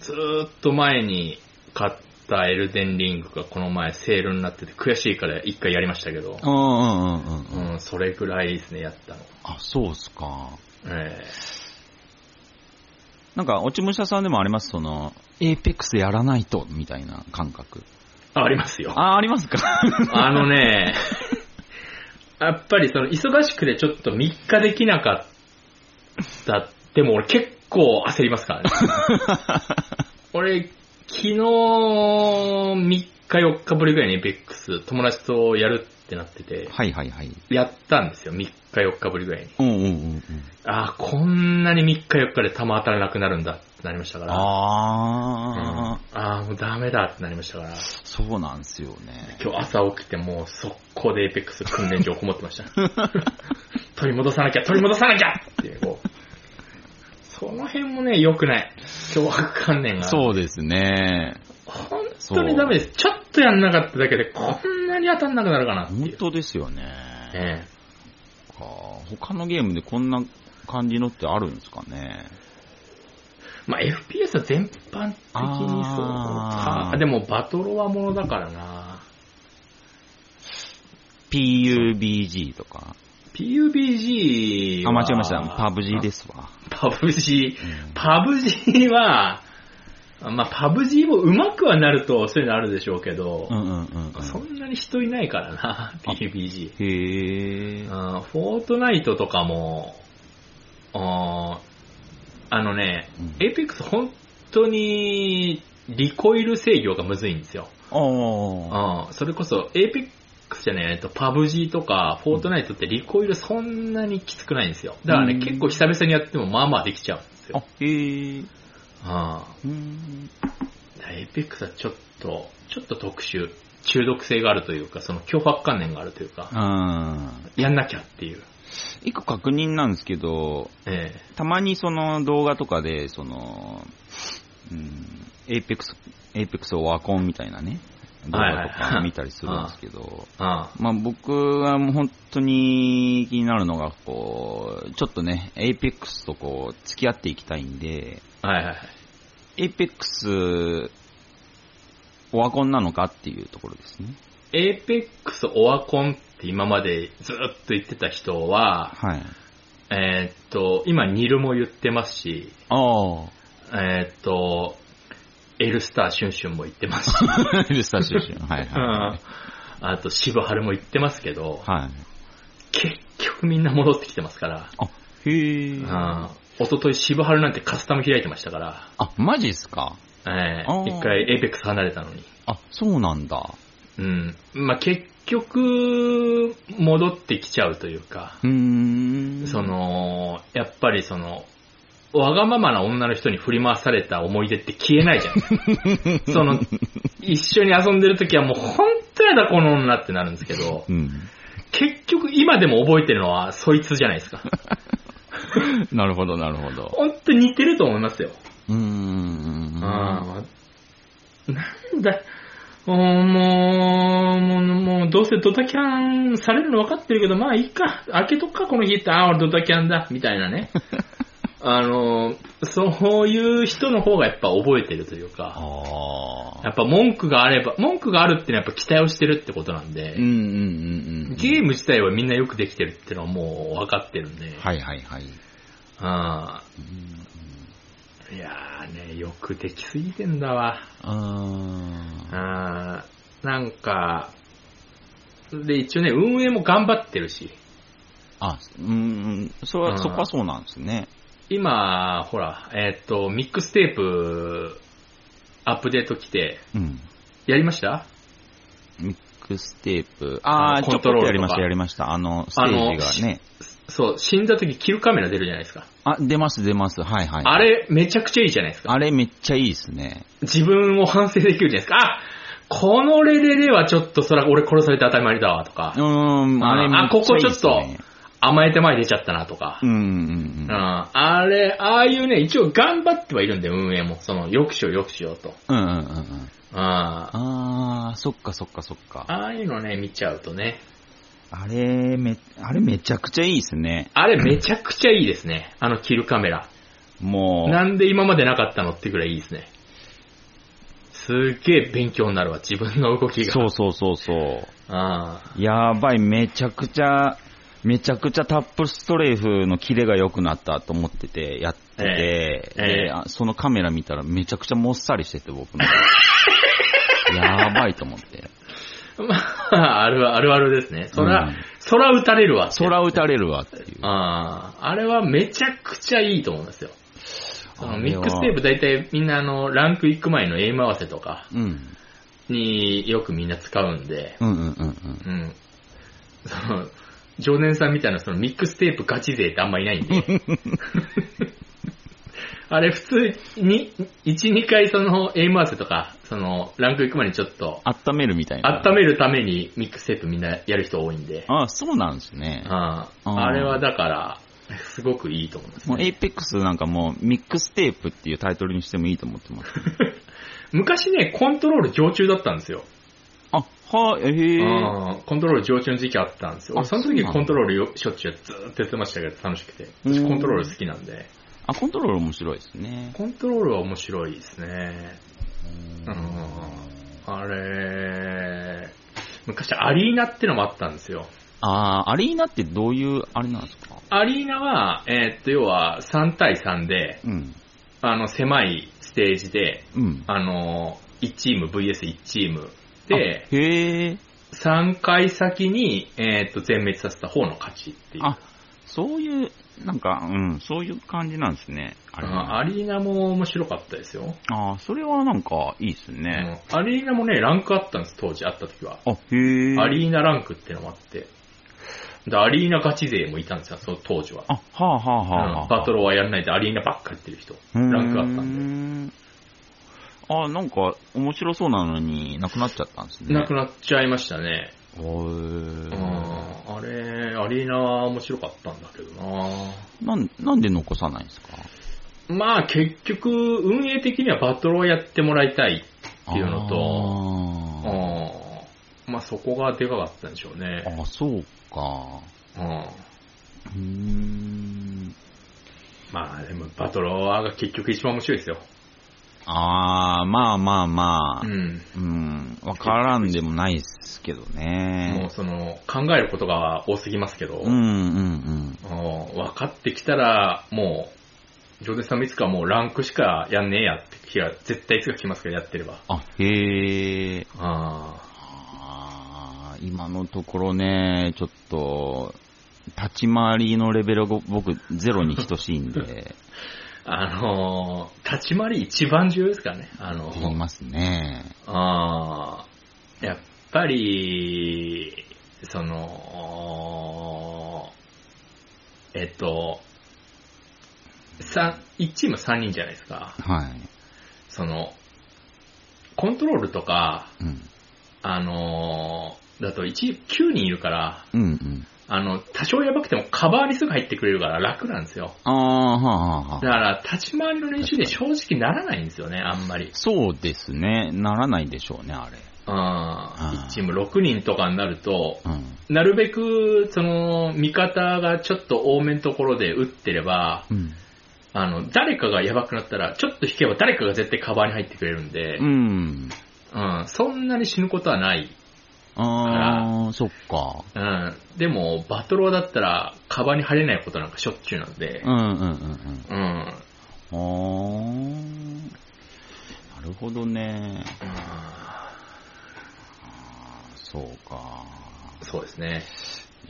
A: ずーっと前に買ったエルデンリングがこの前セールになってて悔しいから一回やりましたけど
B: う、んうんうんうん。
A: うん、それぐらいですね、やったの。
B: あ、そうっすか。
A: え
B: なんか、落ち武者さんでもあります、その、エーペックスやらないと、みたいな感覚。
A: えありますよ。
B: ああ、あります <laughs> か
A: あの <laughs> ね、やっぱりその忙しくてちょっと3日できなかったっても俺結構焦りますから <laughs> ね。俺、昨日3日4日ぶりぐらいにエイペックス友達とやるってなってて、
B: はいはいはい。
A: やったんですよ。3日4日ぶりぐらいに。
B: うんうんうんうん。
A: ああ、こんなに3日4日で弾当たらなくなるんだってなりましたから。
B: ああ、
A: ああー、もうダメだってなりましたから。
B: そうなんですよね。
A: 今日朝起きてもう速攻でエイペックス訓練場こもってました。
B: <laughs>
A: 取り戻さなきゃ、取り戻さなきゃっていう、こう。その辺もね、良くない。脅迫観念が。
B: そうですね。
A: 本当にダメです。ちょっとやんなかっただけで、こんなに当たんなくなるかなって
B: 本
A: いう。
B: 当ですよね。
A: ええ
B: か他のゲームでこんな感じのってあるんですかね。
A: まあ FPS は全般的にそう
B: あ
A: か
B: ー。
A: でもバトロワものだからな。
B: PUBG とか。
A: PUBG
B: あ、
A: は
B: 間違えました。PUBG ですわ。
A: <laughs> パブ G
B: うん、
A: パブ G は、まあ、パブ G もうまくはなるとそういうのあるでしょうけど、
B: うんうんうん
A: そ
B: うん。
A: んなに人いないからな、PUBG。
B: へえ。
A: うんフォートナイトとかも、あーあのね
B: うん、
A: エイペックス本当にリコイル制御がむずいんですよ。
B: ああ。
A: うんそれこそエイペックスじゃねええっと、パブ G とかフォートナイトってリコイルそんなにきつくないんですよ。だからね、
B: うん
A: 結構久々にやってもまあまあできちゃうんです
B: あ
A: よ。、
B: へえ。
A: うん
B: うん。
A: エイペックスはちょっと、ちょっと特殊。中毒性があるというか、その脅迫観念があるというか、
B: うん。
A: やんなきゃっていう。
B: 一個確認なんですけど、
A: ええ
B: たまにその動画とかで、その、うん、エイペックス、エイペックスをワコンみたいなね、動
A: はい
B: 画
A: はい
B: とか見たりするんですけど、
A: あ
B: まあ僕はもう本当に気になるのが、こう、ちょっとね、エイペックスとこう、付き合っていきたいんで、
A: あはいはいはい。
B: エイペックス、オワコンなのかっていうところですね。
A: エイペックスオワコンって今までずっと言ってた人は、
B: はい。
A: えーっと、今ニルも言ってますし、
B: <laughs> あ
A: えーっと、エルスターシュンシュンも言ってますし、
B: あ。 <laughs> ルスタシュシュン。はい
A: うん
B: は
A: あと渋春も言ってますけど
B: い。、はい。
A: 結局みんな戻ってきてますから、
B: あ、へえ。
A: うん、一昨日渋春なんてカスタム開いてましたから、
B: あ、マジっすか
A: え
B: あ
A: ー、
B: ー
A: 一回エイペックス離れたのに。
B: あ、そうなんだ。
A: うん。まあ、結局、戻ってきちゃうというか、
B: うーん。
A: そ、の、やっぱりその、わがままな女の人に振り回された思い出って消えないじゃ
B: <laughs>
A: ん。その、一緒に遊んでる時はもう本当やだこの女ってなるんですけど
B: う、ん。
A: 結局今でも覚えてるのはそいつじゃないですか。
B: <laughs> なるほど、なるほど。
A: 本当に似てると思いますよ。
B: うー。
A: うんんなんだ、もう、もう、もう、どうせドタキャンされるの分かってるけど、まあいいか、開けとくか、この日って、ああ、俺ドタキャンだ、みたいな
B: <laughs>
A: ね。あの、そういう人の方がやっぱ覚えてるというか、
B: あ
A: や
B: あ。
A: っぱ文句があれば、文句があるってのはやっぱ期待をしてるってことなんで、
B: うんうんうんうん。
A: ゲーム自体はみんなよくできてるってのはもう分かってるんで、
B: はいはいはい。
A: あ
B: うん
A: ーいやーね、よくできすぎてんだわ。あ
B: あ
A: ーなんか、で、一応ね、運営も頑張ってるし、
B: あ。あ、うんうん。それ
A: うん
B: は、そこはそうなんですね。
A: 今、ほら、えーっと、ミックステープ、アップデート来て、
B: うん。
A: やりました
B: ミックステープ。あ
A: あ
B: あ、
A: の
B: ちょ
A: コン
B: っ
A: トロールと
B: と
A: か
B: やりました、やりました。あの、ステージがね。
A: そう、死んだ時キルカメラ出るじゃないですか。
B: あ、出ます、出ます。はいはい。
A: あれ、めちゃくちゃいいじゃないですか。
B: あれめっちゃいいですね。
A: 自分を反省できるじゃないですか。あこのレベルではちょっと、そら俺殺されて当たり前だわとか
B: う、ーん、あれめ
A: あ
B: っちゃいいっす
A: ここちょ
B: ね
A: っ。甘えて前に出ちゃったなとか
B: う、んう
A: う
B: ん
A: ん、
B: うん。
A: あれ、ああいうね、一応頑張ってはいるんで、運営も。その、よくしよう、よくしようと。
B: うんうんうんうん。
A: あ
B: あー、そっかそっかそっか。
A: ああいうのね、見ちゃうとね。
B: あれめ、あれめちゃくちゃいいですね。
A: あれめちゃくちゃいいですね。あのキルカメラ。
B: もう。
A: なんで今までなかったのってぐらいいいですね。すっげえ勉強になるわ、自分の動きが。
B: そうそうそうそう。
A: ああ
B: やばい、めちゃくちゃ、めちゃくちゃタップストレーフのキレが良くなったと思ってて、やってて、
A: ええええ
B: であそのカメラ見たらめちゃくちゃもっさりしてて、 <laughs> 僕の。やばいと思って。
A: まあ、あるあるあるですね。そら、
B: うん
A: そら打たれるわ。
B: 空打たれるわっていう。
A: ああ、あれはめちゃくちゃいいと思うんですよ。その
B: あれは
A: ミックステープ大体みんなあの、ランク行く前のエイム合わせとか
B: うん。
A: によくみんな使うんで、
B: うんうんうんうん。
A: うん。その、常年さんみたいなそのミックステープガチ勢ってあんまいないん
B: <laughs>
A: で。あれ普通に、1、2回そのエイム合わせとか、その、ランク行く前にちょっと、
B: 温めるみたいな。
A: 温めるためにミックステープみんなやる人多いんで。
B: あそうなんですね。
A: あ
B: あー
A: あれはだから、すごくいいと思います、
B: もうエイ
A: ね。
B: ペックスなんかもうミックステープっていうタイトルにしてもいいと思ってます。
A: 昔ね、コントロール常駐だったんですよ。
B: あ、はい、へえ。
A: あーコントロール常駐の時期あったんですよ。
B: あ
A: その時
B: そうなんだ
A: コントロールよしょっちゅうずーっとやってましたけど、楽しくて。
B: う
A: 私
B: ん
A: コントロール好きなんで。
B: あ、コントロール面白いですね。
A: コントロールは面白いですね。
B: う
A: うんん。あれ昔アリーナってのもあったんですよ。
B: あー、アリーナってどういうあれなんですか
A: アリーナは、えーっと、要は3対3で、
B: うん。
A: あの、狭いステージで、
B: うん。
A: あの、1チーム VS1 チーム
B: あ
A: で、
B: へえ。
A: 3回先に、えーっと、全滅させた方の勝ちっていう。
B: あ、そういう、なんか、うん、そういう感じなんですね。あ
A: あ
B: れ
A: のア
B: あ
A: リーナも面白かったですよ。
B: あー、それはなんか、いいですね。
A: うんアリーナもね、ランクあったんです、当時、あった時は。
B: あ、へえ。
A: アリーナランクってのもあって。で、アリーナガチ勢もいたんですよ、その当時は。
B: あ、はあはあはあは
A: うん
B: あ。
A: バトルはやらないでアリーナばっかりやってる人。
B: うーん
A: ランクあったんで。
B: あー、なんか、面白そうなのに、なくなっちゃったんですね。
A: なく
B: な
A: なっちゃいましたね。
B: お
A: うん、
B: ー
A: あれ、アリーナは面白かったんだけどな
B: なん、なんで残さないんですか
A: まあ結局、運営的にはバトルをやってもらいたい。っていうのとう
B: と
A: ん、まあそこがでかかったんでしょうね。
B: あーあ、そうか。
A: うん、
B: うーん。
A: まあでもバトルはが結局一番面白いですよ。
B: ああ、まあまあまあ
A: う。ん。
B: うん、わからんでもないっすけど
A: もう
B: ね。
A: その、考えることが多すぎますけど。
B: うん、うん、
A: うん分かってきたら、もう、ジョーデンさんもいつかもうランクしかやんねえやって気が、絶対いつか来ますからやってれば。
B: あ、へえ。
A: あ
B: あー今のところね、ちょっと、立ち回りのレベルが僕ゼロに等しいん <laughs> で、
A: あ、あのー立ち回り一番重要ですからね。あの
B: 言いますね。
A: あーやっぱり、その、えっと、三、1チーム3人じゃないですか。
B: はい。
A: その、コントロールとか、
B: うん。
A: あのーだと1、9人いるから、
B: うんうん。
A: あの、多少やばくてもカバーにすぐ入ってくれるから楽なんですよ。
B: ああ、はあ
A: だ
B: はあ
A: か
B: はあ。
A: ら、立ち回りの練習で正直ならないんですよね、あんまり。
B: そうですね。ならないでしょうね、あれ。
A: あ
B: あー
A: ー1チーム6人とかになると、
B: うん。
A: なるべく、その、味方がちょっと多めのところで打ってれば、
B: うん。
A: あの、誰かがやばくなったら、ちょっと引けば誰かが絶対カバーに入ってくれるんで、
B: う
A: うん、
B: ん。
A: そんなに死ぬことはない。
B: ああ、そっか。
A: うん、でも、バトローだったら、カバーに入れないことなんかしょっちゅうなんで
B: う、んうんうん
A: うん、うん
B: うん。ああ。なるほどね。そうか。
A: そうですね。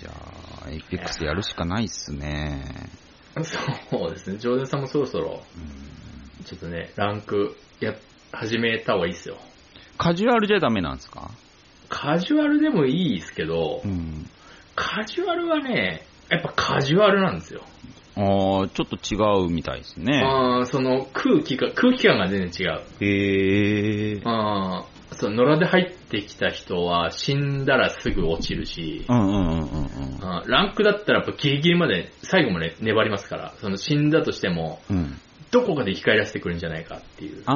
B: いやー、エイペックスやるしかないっすね。
A: そうですね、ジョーデンさんもそろそろ、
B: うん
A: ちょっとね、ランク、や、始めた方がいいですよ。
B: カジュアルじゃダメなんですか
A: カジュアルでもいいですけど、
B: ん。
A: カジュアルはね、やっぱカジュアルなんですよ。
B: ああ、ちょっと違うみたいですね。
A: あーその空気が、空気感が全然違う。
B: へえ。
A: あーその野良で入ってきた人は死んだらすぐ落ちるし
B: う、んうんうんうんうん。
A: あーランクだったらやっぱギリギリまで最後まで粘りますから、その死んだとしても、
B: うん。
A: どこかで生き返らせてくるんじゃないかっていう。
B: あ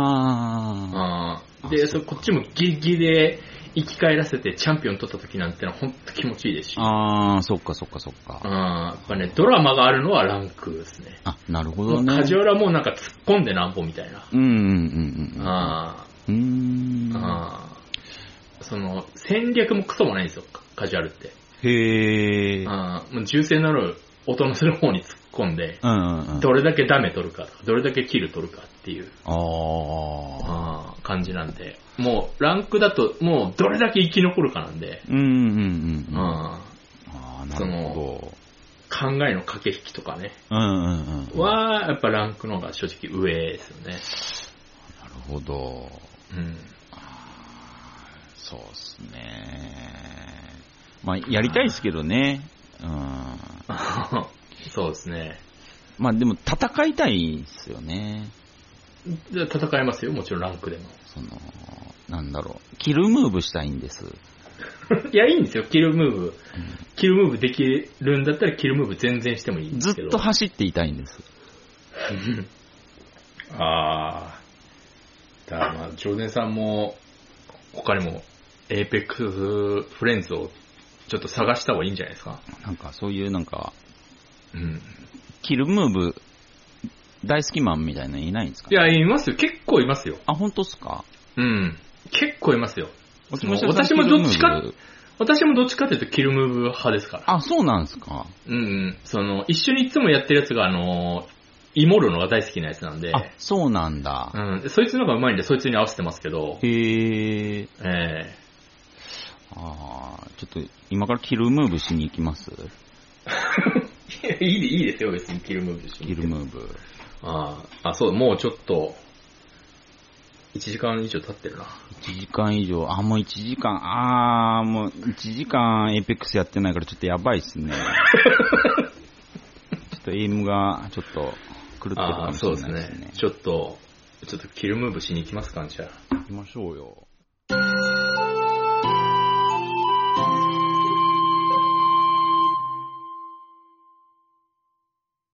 A: あー
B: あ
A: で、
B: そ
A: そ
B: っか
A: こっちもギリギリで生き返らせてチャンピオン取った時なんてのは本当気持ちいいですし、
B: あ。
A: あ
B: ああ、そっかそっかそっか。
A: ーやっぱね、ドラマがあるのはランクですね。
B: あ、なるほ
A: も
B: ど
A: う
B: ね。
A: カジュアルはもうなんか突っ込んでなんぼみたいな。
B: うんうんうんうん。
A: あ
B: うーん
A: ー。あーその、戦略もクソもないんですよ、カカジュアルって。
B: へえ。
A: あーもう銃声のある音のする方に突っ込んで、
B: うんうんうん。
A: どれだけダメ取るかとか、どれだけキル取るかっていう
B: ああ。
A: あー感じなんで、もうランクだともうどれだけ生き残るかなんで、
B: うんうんうんうん。あ
A: あー
B: あ、なるほ
A: 考えの駆け引きとかね、
B: ど。うんうんうんうん。な
A: は、やっぱランクの方が正直上ですよね。
B: るほど。
A: うん。
B: そうっすね。まあ、やりたいっすけどね。うん。
A: <laughs> そうですね。
B: まあでも戦いたいんすよね。
A: で戦いますよ、もちろんランクでも。
B: その、なんだろう。キルムーブしたいんです。
A: <laughs> いや、いいんですよ、キルムーブ。キルムーブできるんだったら、キルムーブ全然してもいいんで
B: ず
A: すけ
B: っ
A: ど。
B: と走っていたいんです。
A: うん <laughs> あー。だからまあ、ジョーデンさんも、他にも、エイペックスフレンズをちょっと探した方がいいんじゃないですか。
B: なんかそういうなんか、
A: うん。
B: キルムーブ大好きマンみたいなのいないんですか
A: いや、いますよ、結構いますよ。
B: あ、本当っすか
A: うん。結構いますよ。私も
B: 木下さん
A: 私もどっち
B: キル
A: か
B: ムー、ブ
A: 私もどっちかっていうとキルムーブ派ですから。
B: あ、そうなんですか
A: うんうん。その、一緒にいつもやってるやつが、あの、イモるのが大好きなやつなんで、
B: あ、そうなんだ。
A: うん。でそいつの方がうまいんで、そいつに合わせてますけど、
B: へえ。
A: ええ
B: ああ、ちょっと今からキルムーブしに行きます
A: いいいいですよ、別にキルムーブし
B: キルムーブ。
A: ああ、あ、そう、もうちょっと、1時間以上経ってるな。
B: 1時間以上、あ、もう1時間、あー、もう1時間エイペックスやってないからちょっとやばいっすね。 <laughs> ちょっとエイムがちょっと狂ってるか
A: ああ、
B: もし
A: そう
B: れ
A: です
B: ないですね
A: ね。。ちょっと、ちょっとキルムーブしに行きますか、じゃあ。
B: 行きましょうよ。